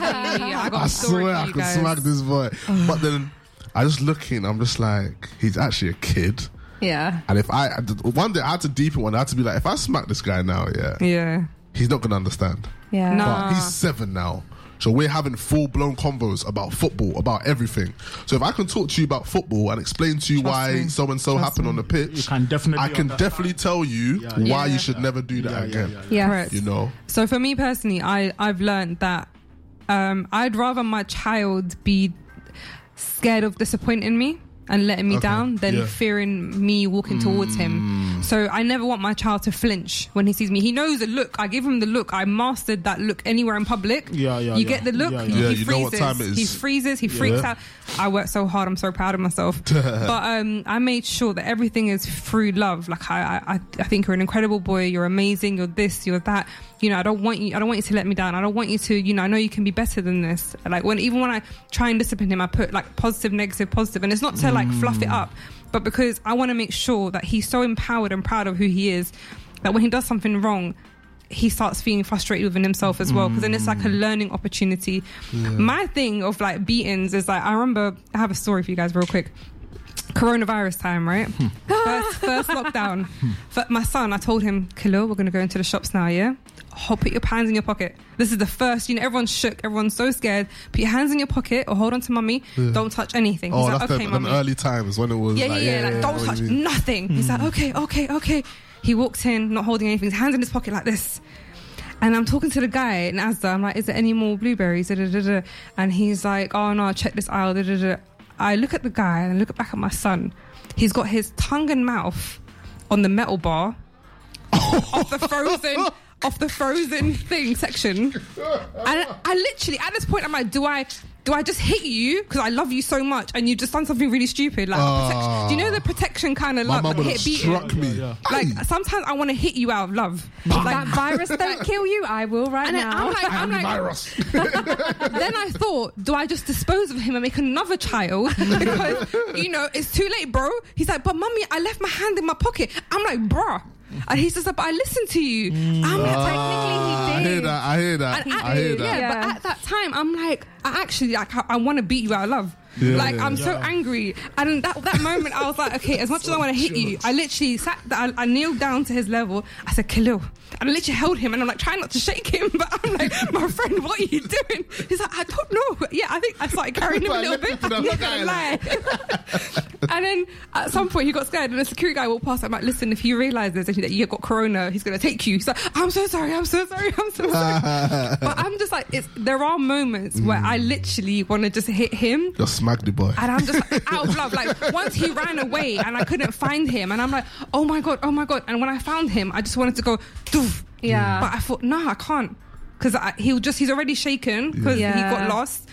Speaker 3: yeah, I got
Speaker 1: I
Speaker 3: a story
Speaker 1: swear
Speaker 3: for
Speaker 1: I
Speaker 3: you
Speaker 1: could
Speaker 3: guys.
Speaker 1: smack this boy. but then I just look in, I'm just like, he's actually a kid.
Speaker 2: yeah.
Speaker 1: And if I, I did- one day I had to deepen one, I had to be like, if I smack this guy now, yeah,
Speaker 3: Yeah. Ah.
Speaker 1: he's not going to understand.
Speaker 2: Yeah.
Speaker 3: No.
Speaker 1: But he's seven now. So we're having full blown convos about football, about everything. So if I can talk to you about football and explain to you why
Speaker 3: me.
Speaker 1: so and so
Speaker 3: Trust
Speaker 1: happened on the pitch,
Speaker 4: You can definitely
Speaker 1: I can
Speaker 4: understand.
Speaker 1: definitely tell you
Speaker 4: yeah,
Speaker 1: why
Speaker 3: yeah.
Speaker 1: you should never do that
Speaker 4: Yeah, yeah,
Speaker 1: again.
Speaker 4: yeah, yeah.
Speaker 2: Yes.
Speaker 3: Correct.
Speaker 1: You know,
Speaker 3: So for me personally, I I've learned that um, I'd rather my child be scared of disappointing me and letting me
Speaker 1: Okay,
Speaker 3: down than
Speaker 1: yeah.
Speaker 3: fearing me walking towards him. So I never want my child to flinch when he sees me. He knows the look. I give him the look. I mastered that look anywhere in public.
Speaker 4: Yeah, yeah,
Speaker 3: You
Speaker 4: yeah.
Speaker 3: get the look.
Speaker 4: Yeah,
Speaker 3: He,
Speaker 1: yeah.
Speaker 3: he
Speaker 1: Yeah, you
Speaker 3: freezes.
Speaker 1: know what time it
Speaker 3: He
Speaker 1: is.
Speaker 3: freezes. He freaks
Speaker 1: Yeah.
Speaker 3: out. I worked so hard. I'm so proud of myself. but um, I made sure that everything is through love. Like I, I, I think you're an incredible boy. You're amazing. You're this. You're that. You know, I don't want you. I don't want you to let me down. I don't want you to. You know, I know you can be better than this. Like when even when I try and discipline him, I put like positive, negative, positive, and it's not to like fluff it up, but because I want to make sure that he's so empowered and proud of who he is, that when he does something wrong, he starts feeling frustrated within himself as well because then it's like a learning opportunity my thing of like beatings is like i remember i have a story for you guys real quick coronavirus time right
Speaker 1: Hmm.
Speaker 3: first first lockdown but my son i told him kilo we're going to go into the shops now yeah Ho- put your hands in your pocket this is the first you know everyone's shook everyone's so scared put your hands in your pocket or hold on to mummy don't touch anything
Speaker 1: oh,
Speaker 3: He's like,
Speaker 1: that's
Speaker 3: okay
Speaker 1: the, them
Speaker 3: mummy
Speaker 1: early times when it was
Speaker 3: yeah,
Speaker 1: like,
Speaker 3: yeah, yeah, Like,
Speaker 1: what
Speaker 3: don't
Speaker 1: do
Speaker 3: touch
Speaker 1: you mean? Hmm.
Speaker 3: nothing. He's like, okay, okay, okay. He walks in, not holding anything, his hands in his pocket like this. And I'm talking to the guy in Asda. I'm like, is there any more blueberries? Da, da, da, da. And he's like, oh no, check this aisle. Da, da, da. I look at the guy and I look back at my son. He's got his tongue and mouth on the metal bar of the frozen of the frozen thing section. And I literally at this point I'm like, do I do I just hit you because I love you so much and you've just done something really stupid? Like
Speaker 1: Ah.
Speaker 3: protection, do you know the protection kind of
Speaker 1: My
Speaker 3: love
Speaker 1: mum
Speaker 3: like
Speaker 1: would have
Speaker 3: hit beating?
Speaker 1: struck me.
Speaker 4: Yeah,
Speaker 3: Like
Speaker 1: Aye.
Speaker 3: sometimes I want to hit you out of love.
Speaker 2: that virus don't kill you. I will right
Speaker 3: And then
Speaker 2: now.
Speaker 3: I'm like, I'm like,
Speaker 1: virus.
Speaker 3: then I thought, do I just dispose of him and make another child? Because, you know, it's too late, bro. He's like, but mummy, I left my hand in my pocket. I'm like, bruh. And he's just like, but I listened to you. I'm like,
Speaker 1: Ah, I
Speaker 3: technically he
Speaker 1: hear
Speaker 3: did.
Speaker 1: that. I hear that.
Speaker 3: And at,
Speaker 1: I hear that.
Speaker 3: Yeah,
Speaker 2: Yeah.
Speaker 3: but at that time, I'm like, I actually, like, I, I want to beat you out of love.
Speaker 1: Yeah.
Speaker 3: Like, I'm so
Speaker 4: Yeah.
Speaker 3: angry. And that, that moment, I was like, okay, as much as I want to hit you, I literally sat, I, I kneeled down to his level. I said, Khalil. And I literally held him and I'm like, trying not to shake him. But I'm like, my friend, what are you doing? He's like, I don't know. Yeah, I think I started carrying him a
Speaker 1: Like,
Speaker 3: little bit.
Speaker 1: lifted
Speaker 3: I'm
Speaker 1: up,
Speaker 3: not
Speaker 1: okay,
Speaker 3: going to lie.
Speaker 1: like-
Speaker 3: and then at some point, he got scared and the security guy walked past. I'm like, listen, if he realizes that you've got corona, he's going to take you. He's like, I'm so sorry. I'm so sorry. I'm so sorry but I'm just like, it's, there are moments where I literally want to just hit him.
Speaker 1: Just smack the boy.
Speaker 3: And I'm just like, out of love. Like once he ran away and I couldn't find him, and I'm like, oh my god, oh my god. And when I found him, I just wanted to go, doof.
Speaker 2: Yeah.
Speaker 3: But I thought, no, I can't, because he'll just he's already shaken because he
Speaker 2: Yeah. Mm.
Speaker 3: got lost,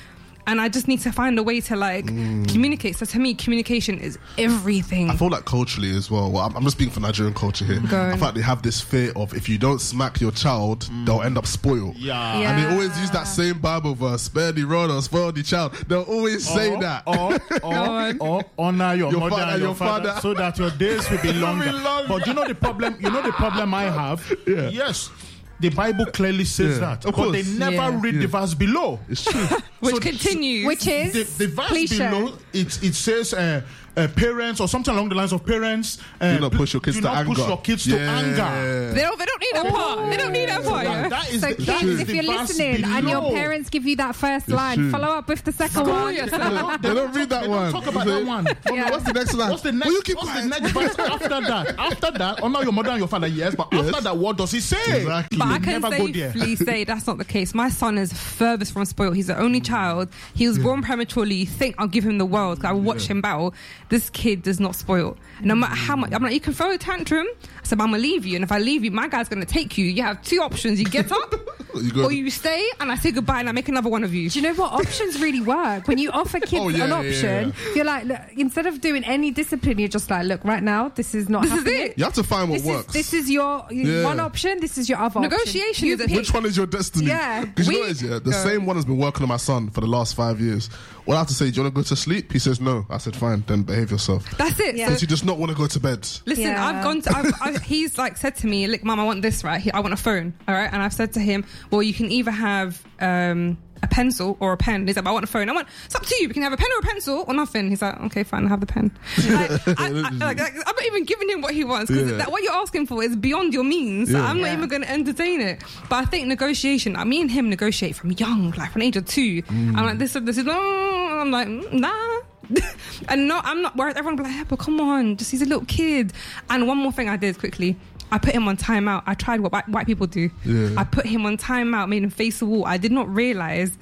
Speaker 3: and I just need to find a way to like communicate. So to me, communication is everything.
Speaker 1: I feel like culturally as well. well I'm, I'm just speaking for Nigerian culture here.
Speaker 3: Go
Speaker 1: I
Speaker 3: on.
Speaker 1: feel like they have this fear of if you don't smack your child, they'll end up spoiled.
Speaker 4: Mm. Yeah.
Speaker 1: And they
Speaker 2: Yeah.
Speaker 1: always use that same Bible verse: "Spare the rod or spoil the child." They'll always say
Speaker 4: or,
Speaker 1: that.
Speaker 4: Or, or,
Speaker 3: on.
Speaker 4: or honor your,
Speaker 1: Your
Speaker 4: mother
Speaker 1: father,
Speaker 4: and your,
Speaker 1: your
Speaker 4: father,
Speaker 1: father.
Speaker 4: so that your days will be longer.
Speaker 1: longer.
Speaker 4: But you know the problem. You know the problem I have.
Speaker 1: Yeah.
Speaker 4: Yes. The Bible clearly says
Speaker 1: Yeah,
Speaker 4: that,
Speaker 1: of
Speaker 4: but they
Speaker 1: course.
Speaker 4: never
Speaker 2: Yeah.
Speaker 4: read the verse below.
Speaker 1: it's true.
Speaker 3: which
Speaker 4: so-
Speaker 1: Mm.
Speaker 3: continues.
Speaker 2: Which
Speaker 4: The,
Speaker 2: is
Speaker 4: the verse
Speaker 2: please share.
Speaker 4: below it it says uh, uh, parents or something along the lines of parents. Uh,
Speaker 1: Do not push your kids
Speaker 4: do
Speaker 1: to
Speaker 4: not
Speaker 1: anger.
Speaker 4: Push your kids to
Speaker 1: Yeah.
Speaker 4: anger.
Speaker 3: they don't. They don't need that part. They don't need that part.
Speaker 4: That-
Speaker 3: yeah.
Speaker 4: that is
Speaker 2: So
Speaker 4: the- that
Speaker 2: kids,
Speaker 4: is
Speaker 2: if
Speaker 4: the
Speaker 2: you're
Speaker 4: verse
Speaker 2: listening and your
Speaker 4: below.
Speaker 2: parents give you that first
Speaker 1: It's
Speaker 2: line,
Speaker 1: true.
Speaker 2: follow up with the second one.
Speaker 1: they don't, they don't read that
Speaker 4: They
Speaker 1: one.
Speaker 4: don't talk about that one.
Speaker 2: Yeah.
Speaker 1: Oh, What's the next line?
Speaker 4: What's the next?
Speaker 1: Will you keep
Speaker 4: what's
Speaker 1: quiet?
Speaker 4: the next verse after that? After that, honor your mother and your father. Yes, but
Speaker 1: Yes.
Speaker 4: after that, what does he say?
Speaker 1: Exactly.
Speaker 3: But I
Speaker 4: They
Speaker 3: can
Speaker 4: never go there.
Speaker 3: safely say that's not the case. My son is furthest from spoiled. He's the only child. He was born prematurely. You think I'll give him the world 'cause I watch him battle. This kid does not spoil. No matter how much, I'm like, you can throw a tantrum. I said, but I'm going to leave you. And if I leave you, my guy's going to take you. You have two options. You get up
Speaker 1: You go-
Speaker 3: or Oh, you stay and I say goodbye and I make another one of you.
Speaker 2: Do you know what options really work? When you offer kids
Speaker 1: Oh, yeah,
Speaker 2: an
Speaker 1: yeah,
Speaker 2: option, you're like, look, instead of doing any discipline, you're just like, look, right now, this is not
Speaker 3: This is
Speaker 2: happening.
Speaker 3: it.
Speaker 1: You have to find what
Speaker 2: This is,
Speaker 1: works.
Speaker 2: this is your
Speaker 1: Yeah.
Speaker 2: one option. This is your other option.
Speaker 3: Negotiation
Speaker 2: You
Speaker 3: is a
Speaker 2: pick.
Speaker 3: thing.
Speaker 1: Which one is your destiny?
Speaker 2: Yeah.
Speaker 1: Because you know
Speaker 3: We-
Speaker 1: what it is, yeah? The
Speaker 3: Go.
Speaker 1: same one has been working on my son for the last five years. Well, I have to say, do you want to go to sleep? He says, no. I said, fine, then behave yourself.
Speaker 3: That's it.
Speaker 2: Yeah.
Speaker 3: So
Speaker 1: Because you just not want to go to bed.
Speaker 3: Listen,
Speaker 2: Yeah.
Speaker 3: I've gone to. I've, I've, he's like said to me, "Look, mum, I want this right. He- I want a phone, all right." And I've said to him, "Well, you can either have um, a pencil or a pen. He's like, but I want a phone. I want, it's up to you. We can have a pen or a pencil or nothing. He's like, okay, fine, I'll have the pen. Like, I, I, like, like, I'm not even giving him what he wants because
Speaker 1: Yeah.
Speaker 3: that, what you're asking for is beyond your means. So
Speaker 1: Yeah.
Speaker 3: I'm not
Speaker 2: Yeah.
Speaker 3: even going to entertain it. But I think negotiation, I me and him negotiate from young, like from age of two. I'm like, this, this is, no, I'm like, mm, nah. and no, I'm not worried. Everyone be like, yeah, but come on, just he's a little kid. And one more thing I did quickly. I put him on timeout. I tried what white, white people do.
Speaker 1: Yeah.
Speaker 3: I put him on timeout, made him face the wall. I did not realize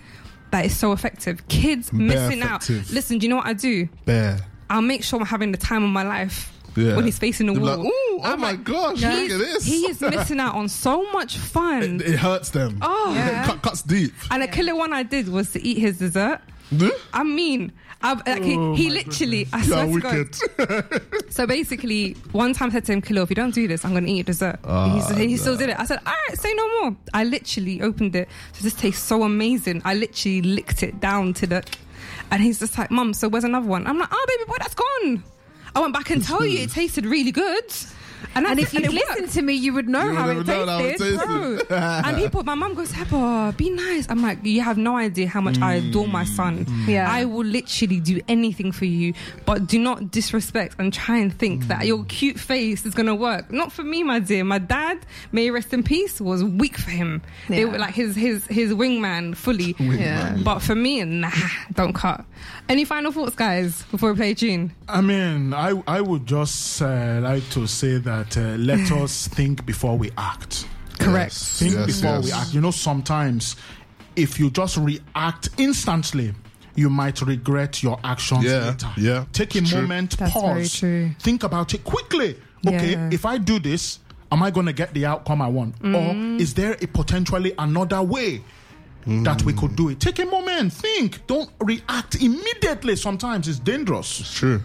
Speaker 3: that it's so effective. Kids missing
Speaker 1: effective.
Speaker 3: out. Listen, do you know what I do?
Speaker 1: Bear.
Speaker 3: I'll make sure I'm having the time of my life
Speaker 1: Yeah.
Speaker 3: when he's facing the
Speaker 1: They'll be
Speaker 3: wall.
Speaker 1: like, Ooh, oh
Speaker 3: I'm
Speaker 1: my
Speaker 3: like,
Speaker 1: gosh,
Speaker 3: he's-
Speaker 1: look at this.
Speaker 3: He is missing out on so much fun.
Speaker 1: It, it hurts them.
Speaker 3: Oh.
Speaker 1: It cut, cuts deep.
Speaker 3: and a killer one I did was to eat his dessert. I mean, I, like,
Speaker 4: Oh
Speaker 3: he, he
Speaker 4: my
Speaker 3: literally, I
Speaker 1: You
Speaker 3: swear
Speaker 1: are
Speaker 3: to God.
Speaker 1: wicked.
Speaker 3: So basically, one time I said to him, Kilo, if you don't do this, I'm going to eat your dessert.
Speaker 4: Ah,
Speaker 3: he, said- he still did it. I said, all right, say no more. I literally opened it. So this tastes so amazing. I literally licked it down to the. And he's just like, Mum, so where's another one? I'm like, oh, baby boy, that's gone. I went back and told you it tasted really good. And,
Speaker 2: And if you
Speaker 3: listen.
Speaker 2: listened to me, you would know
Speaker 1: You
Speaker 2: how
Speaker 1: would
Speaker 2: it
Speaker 1: never know how it
Speaker 2: tasted.
Speaker 1: tasted.
Speaker 3: Bro. and people, my mum goes, Hepa, be nice. I'm like, you have no idea how much I adore my son.
Speaker 1: Mm.
Speaker 2: Mm. Yeah.
Speaker 3: I will literally do anything for you, but do not disrespect and try and think
Speaker 1: Mm.
Speaker 3: that your cute face is going to work. Not for me, my dear. My dad, may he rest in peace, was weak for him. They
Speaker 2: Yeah.
Speaker 3: were like his his his wingman fully.
Speaker 2: Yeah.
Speaker 3: But for me, nah, don't cut. Any final thoughts, guys, before we play a tune?
Speaker 4: I mean, I, I would just uh, like to say that uh, let us think before we act.
Speaker 3: Correct.
Speaker 1: Yes,
Speaker 4: Think
Speaker 1: yes,
Speaker 4: before we
Speaker 1: yes.
Speaker 4: act. You know, sometimes if you just react instantly, you might regret your actions
Speaker 1: Yeah,
Speaker 4: later.
Speaker 1: yeah.
Speaker 4: Take a
Speaker 1: It's true.
Speaker 4: moment,
Speaker 3: That's
Speaker 4: pause,
Speaker 3: very true.
Speaker 4: think about it quickly. Okay,
Speaker 3: Yeah. Mm.
Speaker 4: if I do this, am I going to get the outcome I want? Or is there a potentially another way?
Speaker 1: Mm.
Speaker 4: That we could do it. Take a moment, think. Don't react immediately. Sometimes it's dangerous.
Speaker 1: It's true.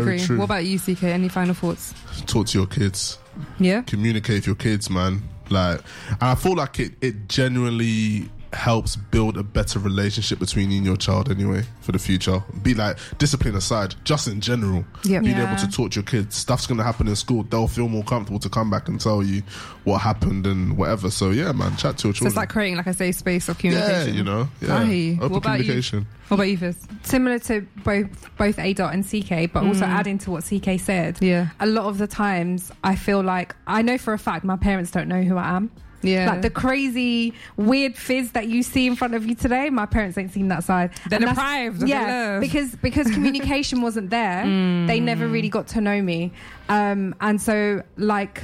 Speaker 1: Very
Speaker 3: agree.
Speaker 1: true.
Speaker 3: What about you, CK? Any final thoughts?
Speaker 1: Talk to your kids.
Speaker 3: Yeah.
Speaker 1: communicate with your kids, man. Like, and I feel like it it genuinely helps build a better relationship between you and your child anyway for the future. Be like discipline aside, just in general.
Speaker 3: Yep.
Speaker 1: Being
Speaker 2: Yeah.
Speaker 1: able to talk to your kids. Stuff's gonna happen in school. They'll feel more comfortable to come back and tell you what happened and whatever. So yeah, man, chat to your
Speaker 3: So
Speaker 1: children.
Speaker 3: it's like creating, like I say, space of
Speaker 1: yeah,
Speaker 3: communication.
Speaker 1: you know. Yeah.
Speaker 3: Aye.
Speaker 1: Open
Speaker 3: What about you?
Speaker 1: communication.
Speaker 3: What about you, Fizz?
Speaker 2: Similar to both both A dot and CK, but also adding to what CK said.
Speaker 3: Yeah.
Speaker 2: A lot of the times, I feel like I know for a fact my parents don't know who I am.
Speaker 3: Yeah.
Speaker 2: Like the crazy, weird fizz that you see in front of you today, my parents ain't seen that side.
Speaker 3: They're
Speaker 2: And that's-
Speaker 3: deprived of their
Speaker 2: Yeah,
Speaker 3: love.
Speaker 2: because because communication wasn't there, they never really got to know me, um, and so like.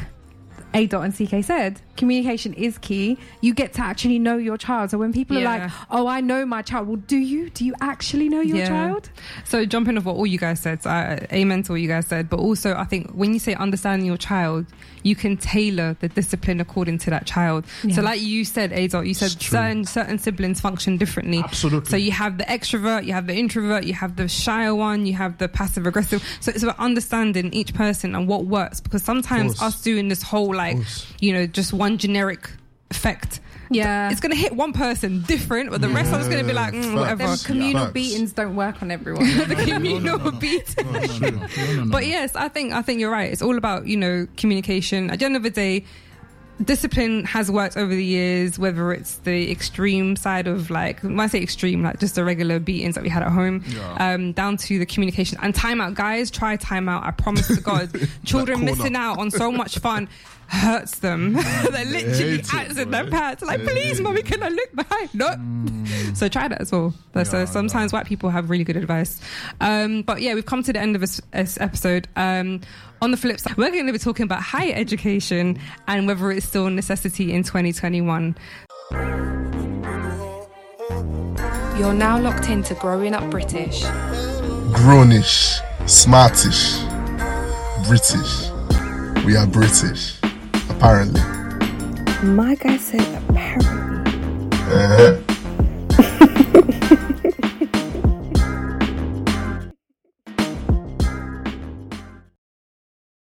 Speaker 2: A dot and CK said, communication is key. You get to actually know your child. So when people are
Speaker 3: Yeah.
Speaker 2: like, "Oh, I know my child," well, do you? Do you actually know your
Speaker 3: Yeah.
Speaker 2: child?
Speaker 3: So jumping off what all you guys said, so I, amen to what you guys said. But also, I think when you say understanding your child, you can tailor the discipline according to that child.
Speaker 2: Yeah.
Speaker 3: So, like you said, Adol, you said certain certain siblings function differently.
Speaker 4: Absolutely.
Speaker 3: So you have the extrovert, you have the introvert, you have the shy one, you have the passive aggressive. So it's about understanding each person and what works because sometimes
Speaker 4: Course.
Speaker 3: us doing this whole like,
Speaker 4: Course.
Speaker 3: you know, just one generic effect.
Speaker 2: Yeah.
Speaker 3: It's gonna hit one person different, but the rest of us gonna be like, mm,
Speaker 1: Facts.
Speaker 3: whatever.
Speaker 2: Them communal
Speaker 1: Facts.
Speaker 2: beatings don't work on everyone.
Speaker 3: the communal beat.
Speaker 4: No, no, no, no, no, no.
Speaker 3: But yes, I think I think you're right. It's all about you know communication. At the end of the day, discipline has worked over the years. Whether it's the extreme side of like when I say extreme, like just the regular beatings that we had at home,
Speaker 4: Yeah.
Speaker 3: um, down to the communication and timeout. Guys, try timeout. I promise to God, children
Speaker 1: corner. Mm,
Speaker 3: missing out on so much fun hurts them. they literally
Speaker 1: hate it,
Speaker 3: acts in
Speaker 1: bro.
Speaker 3: their pants. Like,
Speaker 1: They hate
Speaker 3: please,
Speaker 1: it.
Speaker 3: mommy, can I look behind? No.
Speaker 1: Mm.
Speaker 3: So try that as well. so
Speaker 4: Yeah,
Speaker 3: sometimes white people have really good advice. Um, but yeah, we've come to the end of this, this episode. Um, on the flip side, we're going to be talking about higher education and whether it's still a necessity in 2021.
Speaker 6: You're now locked into Growing Up British.
Speaker 5: Grownish, smartish, British. We are British, apparently.
Speaker 6: My guy said apparently.
Speaker 5: Uh-huh.